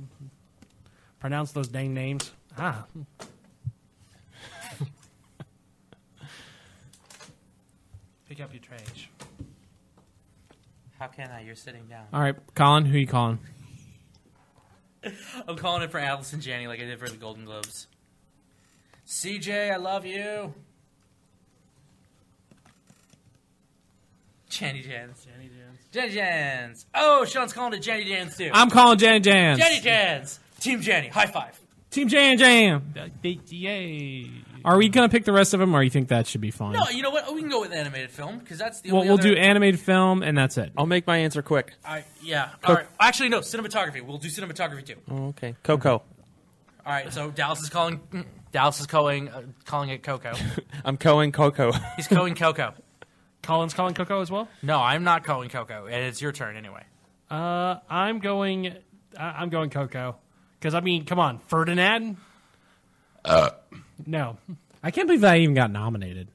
S7: pronounce those dang names. Ah. Pick up your trash.
S6: How can I? You're sitting down.
S17: All right, Colin. Who you calling?
S6: I'm calling it for Allison Janney like I did for the Golden Globes. CJ, I love you. Jenny Jans.
S7: Jenny Jans.
S6: Jenny Jans. Oh, Sean's calling it Jenny Jans too.
S17: I'm calling Jan Jans.
S6: Jenny Jans. Team Jenny. High five.
S17: Team Jan Jam.
S7: Yay.
S17: Are we gonna pick the rest of them, or you think that should be fine?
S6: No, you know what? We can go with animated film because that's the
S17: well,
S6: only
S17: we'll
S6: other-
S17: do animated film, and that's it.
S11: I'll make my answer quick.
S6: I, yeah. All right. Actually, no. Cinematography. We'll do cinematography too.
S11: Oh, okay. Coco.
S6: All right. So Dallas is calling. mm, Dallas is calling. Uh, calling it Coco.
S11: I'm Cohen Coco.
S6: He's calling Coco.
S7: Colin's calling Coco as well.
S6: No, I'm not calling Coco, and it's your turn anyway.
S7: Uh, I'm going. I- I'm going Coco. Because I mean, come on, Ferdinand. No,
S17: I can't believe that even got nominated.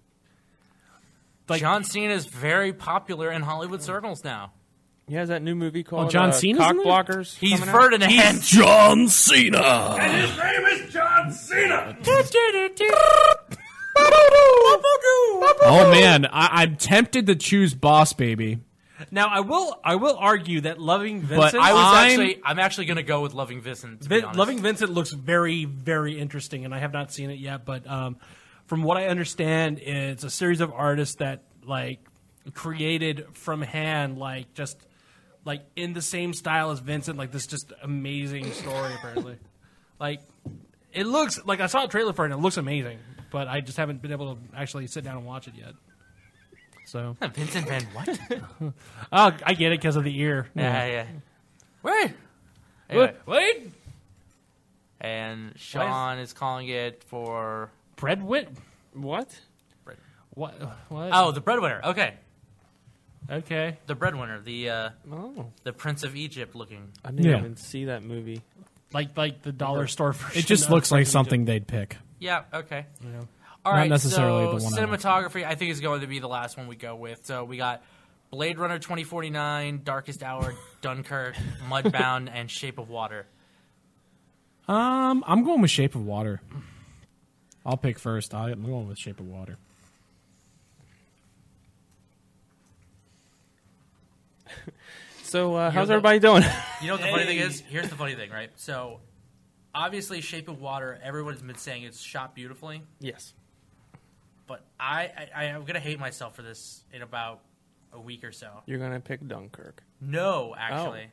S6: John Cena is very popular in Hollywood circles now.
S11: He has that new movie called
S17: John
S11: uh,
S17: Cena's
S11: Cock
S17: in it?
S11: Blockers.
S6: He's
S11: coming out.
S6: Ferdinand.
S11: He's
S10: John Cena.
S16: And his name is John Cena.
S17: Oh man, I- I'm tempted to choose Boss Baby.
S7: Now I will I will argue that loving Vincent.
S6: But I was
S7: I'm-
S6: actually I'm actually going to go with Loving Vincent. To be
S7: Vin-
S6: honest.
S7: loving Vincent looks very very interesting, and I have not seen it yet. But um, from what I understand, it's a series of artists that like created from hand, like just like in the same style as Vincent. Like this just amazing story apparently. Like it looks like I saw a trailer for it, and it looks amazing. But I just haven't been able to actually sit down and watch it yet. So
S6: Vincent Van what?
S7: Oh, I get it because of the ear.
S6: Yeah, yeah. Wait. Anyway,
S7: Wait, wait.
S6: and Sean is calling it for
S7: Bread wit.
S11: What?
S7: What? What?
S6: oh the breadwinner. Okay,
S7: Okay.
S6: the breadwinner, the uh,
S11: Oh.
S6: the Prince of Egypt looking.
S11: I didn't
S17: Yeah.
S11: even see that movie.
S7: Like like the dollar
S11: Or-
S7: store version.
S17: It just
S7: of
S17: looks like
S7: Freaking
S17: something they'd pick.
S6: Yeah. Okay.
S7: Yeah.
S6: All
S17: Not
S6: right.
S17: necessarily
S6: so
S17: the one I like.
S6: cinematography, I think, is going to be the last one we go with. So we got Blade Runner 2049, Darkest Hour, Dunkirk, Mudbound, and Shape of Water.
S17: Um, I'm going with Shape of Water. I'll pick first. I- I'm going with Shape of Water.
S11: So uh,
S6: You know
S11: how's
S6: the-
S11: everybody doing?
S6: You know what the funny thing is? Here's the funny thing, right? So obviously, Shape of Water, everyone's been saying it's shot beautifully,
S11: Yes.
S6: but I, I I'm gonna hate myself for this in about a week or so.
S11: You're gonna pick Dunkirk.
S6: No, actually.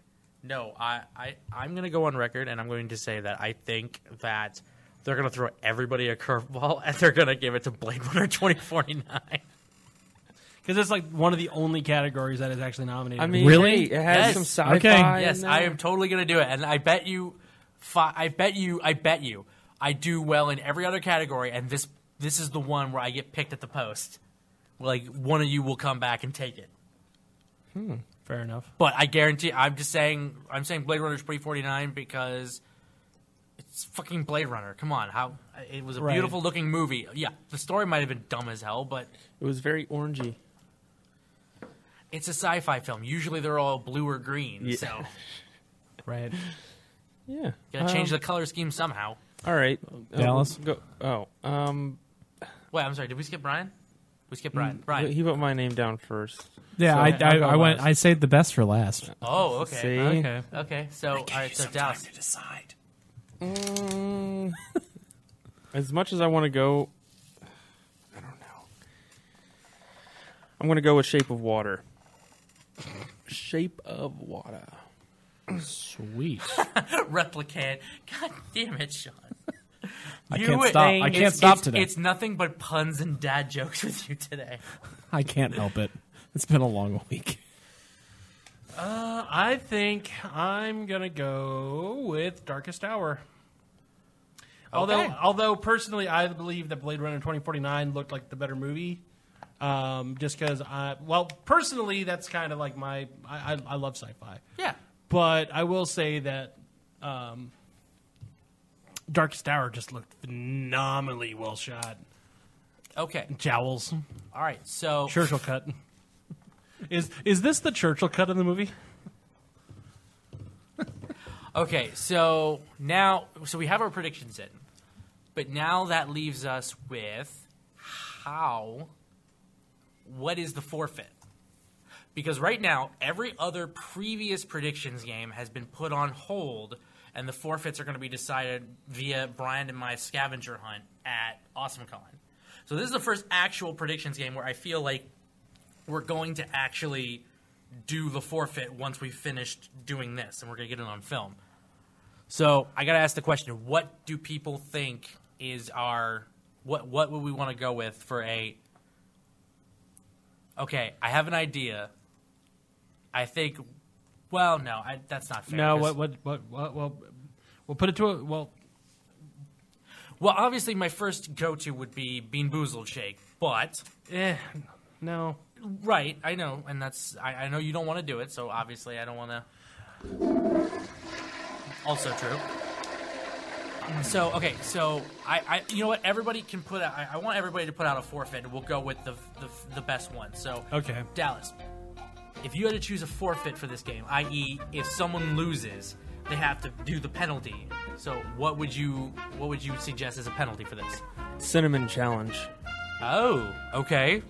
S6: No, I, I, I'm going to go on record and I'm going to say that I think that They're gonna throw everybody a curveball, and they're gonna give it to Blade Runner twenty forty nine.
S7: Because it's like one of the only categories that is actually nominated.
S11: I mean, Really? hey, it has some sci-fi in
S6: Yes,
S11: there.
S6: I am totally gonna do it, and I bet you, fi- I bet you, I bet you, I do well in every other category, and this this is the one where I get picked at the post. Like one of you will come back and take it.
S7: Hmm, fair enough.
S6: But I guarantee, I'm just saying, I'm saying Blade Runner's pre forty nine because it's fucking Blade Runner. Come on, how it was a
S11: Right.
S6: beautiful looking movie. Yeah, the story might have been dumb as hell, but
S11: It was very orangey.
S6: it's a sci fi film. Usually they're all blue or green,
S11: Yeah.
S6: so
S7: Right.
S11: Yeah.
S6: gotta change
S11: Um,
S6: the color scheme somehow.
S11: All right.
S17: Dallas?
S11: Um, go. Oh. Um.
S6: Wait, I'm sorry, did we skip Brian? We skipped
S17: Mm,
S6: Brian. Brian.
S11: He wrote my name down first.
S17: Yeah,
S11: So
S17: I, I,
S11: I'll go
S17: I went.
S11: last.
S17: I saved the best for last.
S6: Oh, okay.
S11: See?
S6: Okay. Okay. So, all right. So Dallas.
S3: decide.
S11: Mm. As much as I want to go, I don't know. I'm going to go with Shape of Water. Shape of Water.
S17: Sweet.
S6: Replicant. God damn it, Sean.
S17: I can't stop. I can't stop
S6: it's,
S17: today.
S6: It's nothing but puns and dad jokes with you today.
S17: I can't help it. It's been a long week.
S7: Uh, I think I'm gonna go with Darkest Hour. Although,
S6: Okay.
S7: although personally, I believe that Blade Runner 2049 looked like the better movie. Um, just because I, well, personally, that's kind of like my I, I, I love sci-fi.
S6: Yeah.
S7: But I will say that um, Darkest Hour just looked phenomenally well shot.
S6: Okay.
S7: Jowls.
S6: All right. So
S7: Churchill cut. Is is this the Churchill cut of the movie?
S6: Okay. So now, so we have our predictions in, but now that leaves us with how. What is the forfeit? Because right now, every other previous predictions game has been put on hold, and the forfeits are going to be decided via Brian and my scavenger hunt at AwesomeCon. So this is the first actual predictions game where I feel like we're going to actually do the forfeit once we've finished doing this, and we're going to get it on film. So I got to ask the question: What do people think is our what? What would we want to go with for a? Okay, I have an idea. I think. Well, no, I, that's not fair.
S7: No,
S6: 'cause-
S7: what, what, what, what, well, we'll put it to a well.
S6: Well, obviously, my first go-to would be Bean Boozled Shake, but
S7: Eh, no.
S6: Right, I know, and that's I, I know you don't want to do it, so obviously I don't want to. Also true. So okay, so I, I you know what everybody can put out. I, I want everybody to put out a forfeit. and We'll go with the the, the best one. So
S7: Okay.
S6: Dallas, if you had to choose a forfeit for this game, i.e., if someone loses, they have to do the penalty. So what would you what would you suggest as a penalty for this?
S11: Cinnamon Challenge.
S6: Oh, okay.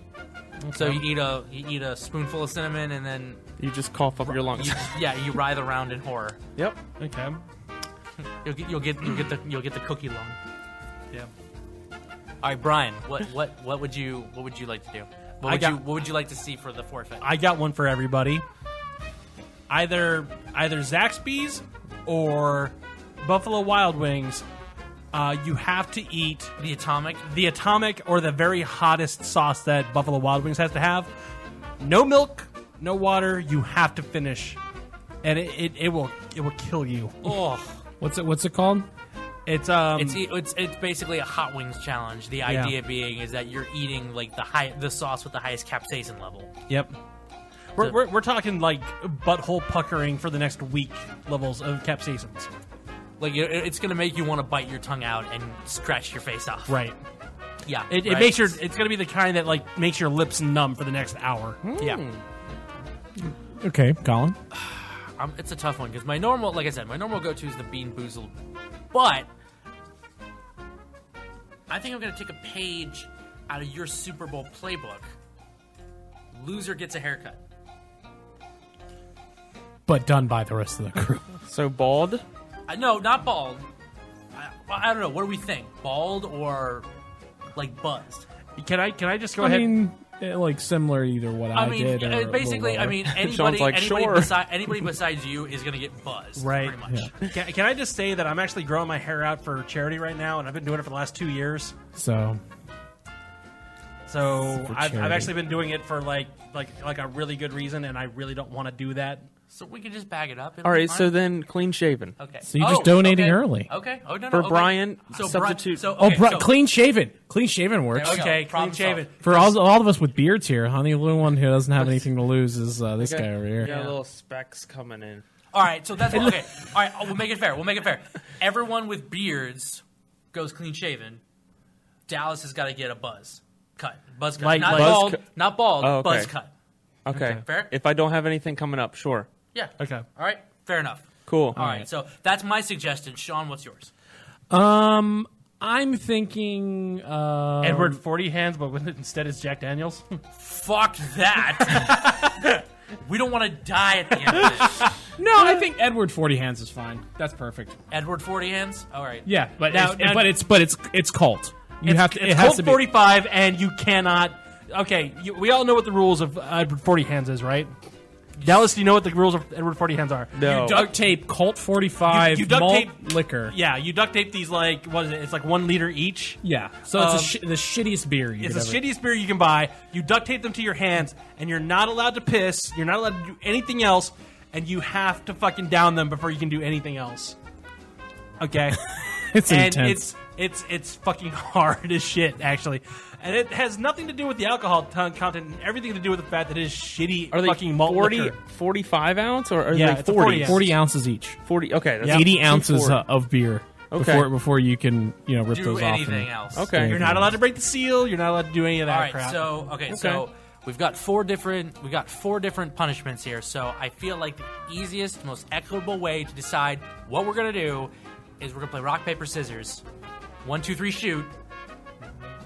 S6: So
S11: Okay.
S6: you eat a you eat a spoonful of cinnamon and then
S11: You just cough up your lungs.
S6: you, yeah you writhe around in horror.
S11: yep.
S7: Okay.
S6: You'll get you'll get you'll get the you'll get the cookie lung.
S7: Yeah.
S6: All right, Brian. What what what would you what would you like to do? What
S7: I
S6: would
S7: got-
S6: you what would you like to see for the forfeit?
S7: I got one for everybody. Either either Zaxby's or Buffalo Wild Wings. Uh, you have to eat
S6: the atomic,
S7: the atomic, or the very hottest sauce that Buffalo Wild Wings has to have. No milk, no water. You have to finish, and it, it, it will it will kill you.
S6: Oh.
S17: What's it? What's it called?
S7: It's um.
S6: it's e- it's it's basically a hot wings challenge. The
S7: Yeah.
S6: idea being is that you're eating like the high the sauce with the highest capsaicin level.
S7: Yep. We're, we're, we're talking like butthole puckering for the next week levels of capsaicins.
S6: Like it, it's gonna make you want to bite your tongue out and scratch your face off.
S7: Right.
S6: Yeah.
S7: It, it
S6: right.
S7: makes your it's gonna be the kind that like makes your lips numb for the next hour. Mm.
S6: Yeah.
S17: Okay, Colin.
S6: Um, it's a tough one because my normal, like I said, my normal go-to is the Bean Boozled, but I think I'm going to take a page out of your Super Bowl playbook. Loser gets a haircut.
S17: But done by the rest of the crew.
S11: So bald.
S6: Uh, no, not bald. I, well, I don't know. What do we think? Bald or like buzzed?
S7: Can I can I just go
S17: I
S7: ahead?
S17: mean,
S3: eh, like similar either what I,
S6: I mean,
S3: did. or a
S6: uh,
S3: little
S6: basically, I
S3: lower.
S6: mean, anybody, anybody, besi- anybody besides you is going to get buzzed,
S7: Right.
S6: Pretty much.
S7: Can, can I just say that I'm actually growing my hair out for charity right now, and I've been doing it for the last two years.
S3: so
S7: So
S3: For
S7: I've, I've
S3: charity.
S7: actually been doing it for like like like a really good reason, and I really don't want to do that.
S6: So we can just bag it up.
S11: All right, so then clean shaven.
S6: Okay. Oh,
S3: So you're just donating early.
S6: Okay. Oh, no, no,
S11: For
S6: okay.
S11: Brian,
S6: So Bri-
S11: substitute.
S6: so-
S3: oh,
S6: okay,
S3: bro,
S6: so-
S3: clean shaven, clean shaven works.
S7: Okay, clean
S6: Problem
S7: shaven.
S3: For all, all of us with beards here, huh? The only one who doesn't have anything to lose is uh, this guy over here.
S11: Yeah, little specks coming in.
S6: All right, so that's what, okay. All right, we'll make it fair. We'll make it fair. Everyone with beards goes clean shaven. Dallas has got to get a buzz cut, buzz cut,
S11: Like-
S6: not
S11: like-
S6: bald,
S11: Buzz cut.
S6: not bald,
S11: Oh, okay.
S6: buzz cut.
S11: Okay.
S6: fair.
S11: If I don't have anything coming up, sure.
S6: Yeah.
S11: Okay.
S6: All right, fair enough.
S11: Cool.
S6: All right, so that's my suggestion. Sean, what's yours?
S3: Um, I'm thinking um,
S7: Edward Forty Hands, but with it instead is Jack Daniels.
S6: Fuck that. we don't want to die at the end of this.
S3: No, I think Edward Forty Hands is fine. That's perfect.
S6: Edward Forty Hands. All right.
S3: Yeah, but
S7: Now-
S3: it's,
S7: now-
S3: but it's but it's it's cult. You
S7: it's,
S3: have to.
S7: it's
S3: it has
S7: called
S3: to be.
S7: 45, and you cannot. Okay, you, we all know what the rules of Edward Forty Hands is, right? Dallas, do you know what the rules of Edward Forty Hands are?
S11: Oh.
S3: You duct tape Colt 45
S7: You- you duct
S3: malt
S7: tape-
S3: liquor.
S6: uh,
S7: Yeah, you duct tape these like what is it? It's like one liter each.
S3: Yeah. So it's
S7: Um,
S3: a sh- the shittiest beer you
S7: It's
S3: could
S7: the
S3: ever.
S7: shittiest beer you can buy. You duct tape them to your hands, and you're not allowed to piss. You're not allowed to do anything else, and you have to fucking down them before you can do anything else. Okay,
S3: It's
S7: and
S3: intense.
S7: It's it's it's fucking hard as shit, actually, and it has nothing to do with the alcohol ton content, and everything to do with the fact that it is shitty
S11: Are they
S7: fucking malt
S11: 40,
S7: liquor.
S11: 45 ounce or are
S7: Yeah,
S11: they
S7: it's a
S11: 40?
S7: 40
S3: 40 ounces each.
S11: 40 okay, that's
S3: Eighty
S11: two
S3: ounces
S11: four.
S3: uh, of beer.
S11: Okay.
S3: Before before you can you know rip
S6: Do
S3: those off. and
S6: anything else.
S3: do
S6: Okay.
S3: anything
S7: You're not
S3: else.
S7: allowed to break the seal. You're not allowed to do any of that
S6: All right,
S7: crap.
S6: so okay, so we've got four different we got four different punishments here. So I feel like the easiest, most equitable way to decide what we're gonna do is we're gonna play rock paper scissors, one two three shoot,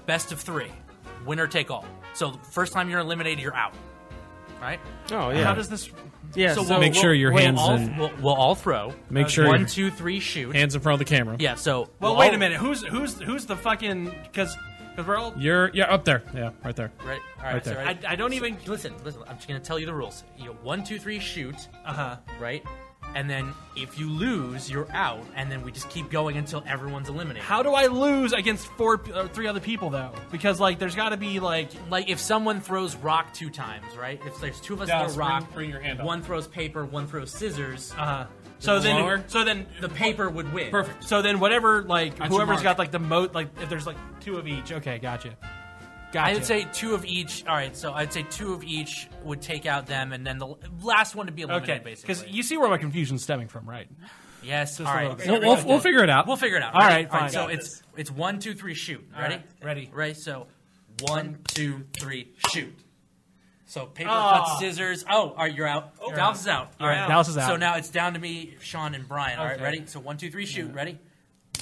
S6: best of three, winner take all. So the first time you're eliminated, you're out. Right?
S11: Oh, yeah.
S7: How does this?
S11: Yeah, so-
S3: Make sure your hands
S6: all,
S3: and-
S6: we'll, we'll all throw. Uh,
S3: Make sure
S6: one
S3: your-
S6: two three shoot.
S3: Hands in front of the camera.
S6: Yeah. So
S7: Well,
S6: we'll
S7: wait
S6: all-
S7: a minute. Who's who's who's the fucking because because we're all
S3: You're you're up there. Yeah, right there.
S6: Right. All right.
S3: Right
S6: so
S3: there.
S6: I, I don't even listen. Listen. I'm just gonna tell you the rules. You know, one, two, three, shoot. Uh
S7: Uh-huh.
S6: huh. Right. And then if you lose, you're out. And then we just keep going until everyone's eliminated.
S7: How do I lose against four or three other people though? Because like, there's got to be like
S6: like if someone throws rock two times, right? If there's two of us
S7: Dallas,
S6: throw rock,
S7: bring- bring your hand up.
S6: One throws paper, one throws scissors. Uh
S7: huh. uh-huh. So then, so then
S6: the paper would win.
S7: perfect. So then, whatever like
S6: That's your mark.
S7: whoever's got like the most like if there's like two of each. Okay, gotcha. Gotcha.
S6: I would say two of each. All right, so I'd say two of each would take out them, and then the l- last one to be eliminated,
S7: okay,
S6: basically.
S7: because you see where my confusion's stemming from, right?
S6: Yes.
S7: Just
S6: all
S7: a
S6: right.
S7: little bit. No, we'll-
S6: Okay.
S7: we'll figure it out.
S6: We'll figure it out.
S7: All
S6: Ready?
S7: right, fine.
S6: So
S7: Got
S6: it's it's one, two, three, shoot.
S7: All
S6: Ready?
S7: right, ready.
S6: Ready? So one, two, three, shoot. So paper,
S7: Ah.
S6: cut, scissors. Oh, all right, you're out.
S7: You're
S6: Dallas
S7: out.
S6: is out. All
S7: You're
S6: right,
S7: out. Dallas is out.
S6: So now it's down to me, Sean, and Brian. All right,
S7: Okay.
S6: ready? So one, two, three, shoot. Ready?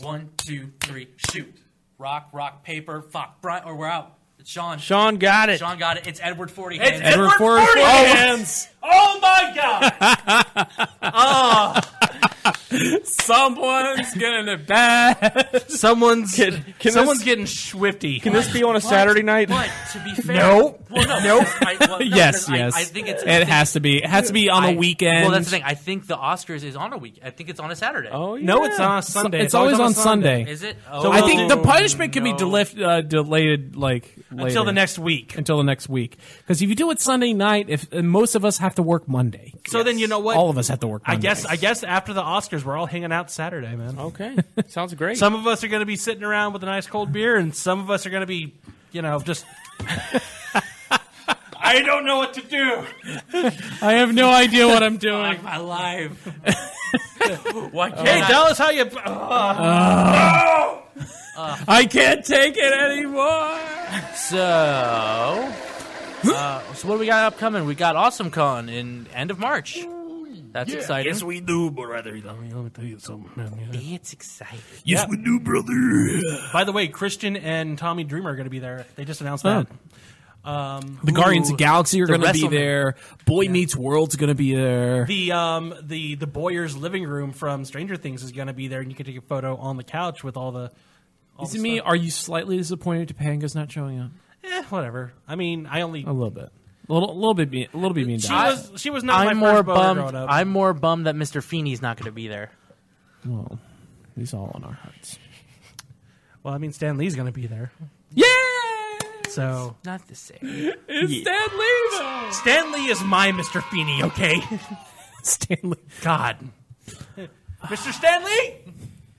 S6: One, two, three, shoot. Rock, rock, paper, fuck. Brian, or we're out. It's Sean.
S11: Sean got it.
S6: Sean got it. It's Edward Forty.
S7: It's
S6: Hands.
S7: Edward Edward Forty Forty Hands. Oh my god! oh,
S3: Someone's getting it bad.
S7: Someone's
S11: can
S7: someone's
S11: this-
S7: getting swifty.
S11: Can this be on a Saturday night?
S6: But to be fair,
S11: No.
S6: Well, no,
S11: No.
S6: because I- well, no,
S3: yes,
S6: because I-
S3: yes.
S6: I, think it's.
S3: it has to be. It has to be on a
S6: a
S3: weekend.
S6: Well, that's the thing. I think the Oscars is on a week. I think it's on a Saturday. Oh,
S7: No, it's on a Sunday.
S3: It's, always, on Sunday.
S6: Is it?
S3: So
S6: Oh,
S3: I think the punishment can
S6: no.
S3: be delif- uh, delayed, like
S7: Until
S3: later.
S7: the next week.
S3: Until the next week, because if you do it Sunday night, if and most of us have to work Monday,
S7: So then you know what?
S3: all of us have to work.
S7: I
S3: Monday.
S7: guess I guess after the Oscars, we're all hanging out Saturday, man.
S11: Okay, sounds great.
S7: Some of us are going to be sitting around with a nice cold beer, and some of us are going to be, you know, just. I don't know what to do.
S3: I have no idea what I'm doing.
S6: Fuck my life. Why can't
S7: Hey,
S6: I-
S7: Dallas, how you? uh,
S3: Ah. I can't take it anymore.
S6: So, uh, so what do we got upcoming? We got Awesome Con in end of March. That's
S27: Yeah,
S6: exciting.
S27: Yes, we do, brother. Let me, let me tell you something. man.
S6: It's exciting.
S27: Yes, we do, brother.
S7: By the way, Christian and Tommy Dreamer are going to be there. They just announced that. Um,
S3: The Guardians
S7: ooh,
S3: of the Galaxy are
S7: the
S3: going to be
S7: WrestleMania.
S3: there. Boy Meets World's going to be there.
S7: The um the the Boyer's living room from Stranger Things is going to be there, and you can take a photo on the couch with all the. all
S3: Is
S7: the
S3: it me?
S7: stuff.
S3: Are you slightly disappointed Topanga's not showing up?
S7: eh, whatever. I mean, I only
S6: Oh,
S3: a little bit, a little, little bit, mean, a little bit mean.
S7: She
S3: dog.
S7: was- she was not
S6: I'm
S7: my
S6: more
S7: first boner
S6: bummed.
S7: growing up.
S6: I'm more bummed that Mr. Feeney's not going to be there.
S3: Well, he's all in our hearts.
S7: Well, I mean, Stan Lee's going to be there.
S3: Yeah.
S7: So
S6: Not the same.
S7: It's Stan Lee. Stan Lee is my Mr. Feeney. Okay.
S3: Stanley.
S7: God. Mr. Stanley.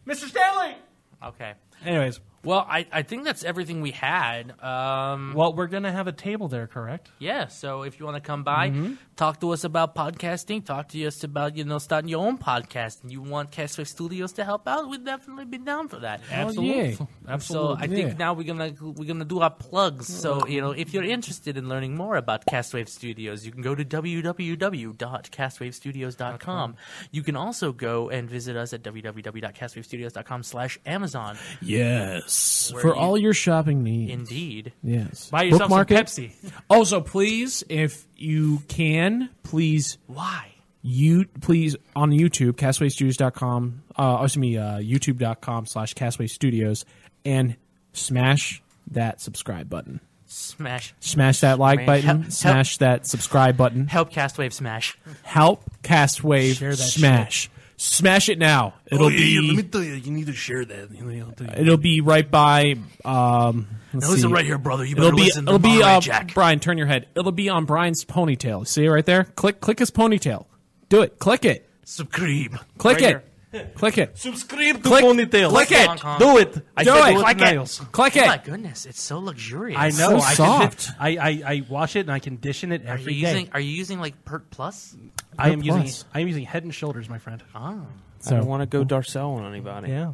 S7: Mr. Stanley.
S6: Okay.
S7: Anyways,
S6: Well, I, I think that's everything we had. Um,
S7: well, we're gonna have a table there, correct?
S6: yeah. So if you want to come by,
S7: Mm-hmm.
S6: talk to us about podcasting. Talk to us about you know starting your own podcast, and you want Castwave Studios to help out, we'd definitely be down for that.
S7: Absolutely. yeah. Mm-hmm.
S6: So I
S7: Absolutely.
S6: think now we're gonna we're gonna do our plugs. So you know if you're interested in learning more about Castwave Studios, you can go to www.castwavestudios.com. You can also go and visit us at www.castwavestudios.com/amazon.
S3: Yes,
S6: Where
S3: for
S6: you-
S3: all your shopping needs.
S6: Indeed.
S3: Yes.
S6: Buy yourself some
S3: it.
S6: Pepsi.
S3: Also, please, if you can, please.
S6: Why?
S3: You please on YouTube, castwaystudios.com, uh, excuse me, uh, youtube.com slash castway studios, and smash that subscribe button.
S6: Smash.
S3: Smash that like
S6: Smash.
S3: button.
S6: Help-
S3: smash
S6: help-
S3: that subscribe button.
S6: Help Castwave smash.
S3: Help Castwave
S6: Share that
S3: smash. Smash it now. It'll
S28: oh, yeah,
S3: be
S28: yeah, let me tell you, you need to share that. You know, I'll tell you.
S3: It'll be right by. Um, let's
S28: Now listen
S3: see.
S28: right here, brother. You
S3: it'll
S28: better
S3: be.
S28: listen to
S3: it'll be.
S28: Monterey
S3: Uh,
S28: Jack.
S3: Brian, turn your head. It'll be on Brian's ponytail. See it right there. Click. Click his ponytail. Do it. Click it.
S28: Subscribe.
S3: Click
S28: Right
S3: it. Click it.
S28: Subscribe
S3: to Click- ponytails. click it. Do it. I Do said it. do it Click it. nails. Click
S6: oh
S3: it.
S6: My goodness, it's so luxurious.
S7: I know. I
S3: soft.
S7: Can, I, I I wash it and I condition it
S6: Are
S7: every
S6: you
S7: day.
S6: using? Are you using like Pert Plus?
S7: I am
S11: Plus.
S7: using I am using Head and Shoulders, my friend.
S6: Oh.
S11: I don't want to go Darcel on anybody.
S7: Yeah.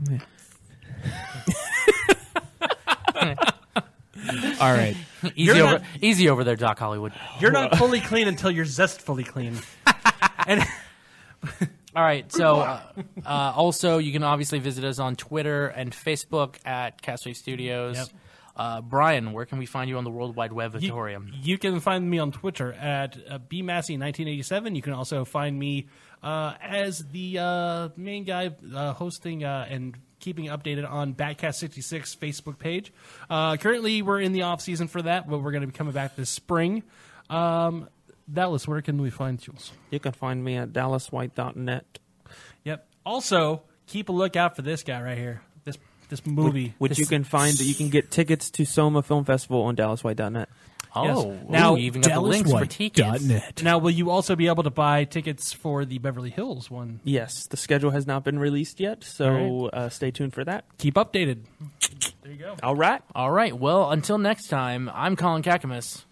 S3: All right.
S6: easy
S7: You're
S6: over,
S7: not-
S6: easy over there, Doc Hollywood.
S7: You're not fully clean until you're zestfully clean.
S6: All right. So, uh, uh, also, you can obviously visit us on Twitter and Facebook at Castaway Studios.
S7: Yep.
S6: Uh, Brian, where can we find you on the World Wide Web, Victorium?
S7: You can find me on Twitter at uh, bmassey1987. You can also find me uh, as the uh, main guy uh, hosting uh, and keeping updated on Batcast66 Facebook page. Uh, currently, we're in the off season for that, but we're going to be coming back this spring. Um, Dallas, where can we find Jules?
S11: You can find me at dallaswhite.net.
S7: Yep. Also, keep a lookout for this guy right here. This this movie,
S11: Which,
S7: This-
S11: you can find. You can get tickets to Soma Film Festival on dallaswhite.net.
S6: Oh,
S7: Yes. now Now, will you also be able to buy tickets for the Beverly Hills one?
S11: Yes, the schedule has not been released yet, so uh, stay tuned for that.
S7: Keep updated.
S6: There
S7: you go.
S11: All right.
S6: All right. Well, until next time, I'm Colin Kakamas.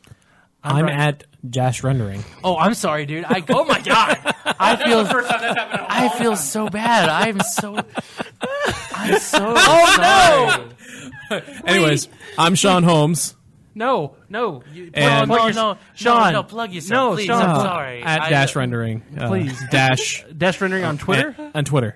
S3: I'm at Josh Rendering.
S6: Oh, I'm sorry, dude. I oh my god. I feel I feel so bad. I'm so I'm so
S3: Oh,
S6: no.
S3: Anyways, I'm Sean Holmes.
S7: No, no, you,
S3: And-
S7: plug
S3: No,
S7: your-
S6: no, no,
S7: Sean,
S6: no, plug yourself,
S7: No,
S6: please,
S7: Sean,
S6: I'm sorry.
S3: Uh, At
S6: I-
S3: dash rendering. Uh,
S7: Please.
S3: Dash.
S7: Dash rendering on Twitter?
S3: Uh, on Twitter.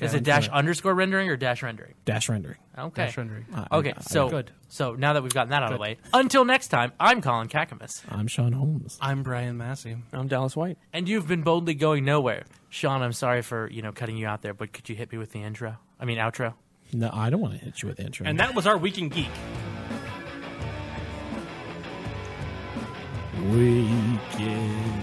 S6: Is it dash underscore rendering or dash rendering?
S3: Dash rendering.
S6: Okay.
S7: Dash rendering.
S3: I-
S6: Okay,
S3: I-
S6: so
S3: Good.
S6: so now that we've gotten that out of the way, until next time, I'm Colin Kakamas.
S3: I'm Sean Holmes.
S7: I'm Brian Massey.
S11: I'm Dallas White.
S6: And you've been boldly going nowhere. Sean, I'm sorry for, you know, cutting you out there, but could you hit me with the intro? I mean outro.
S3: No, I don't want to hit you with the intro.
S7: And that was our Weekend Geek.
S3: Weekend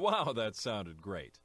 S1: Wow, that sounded great.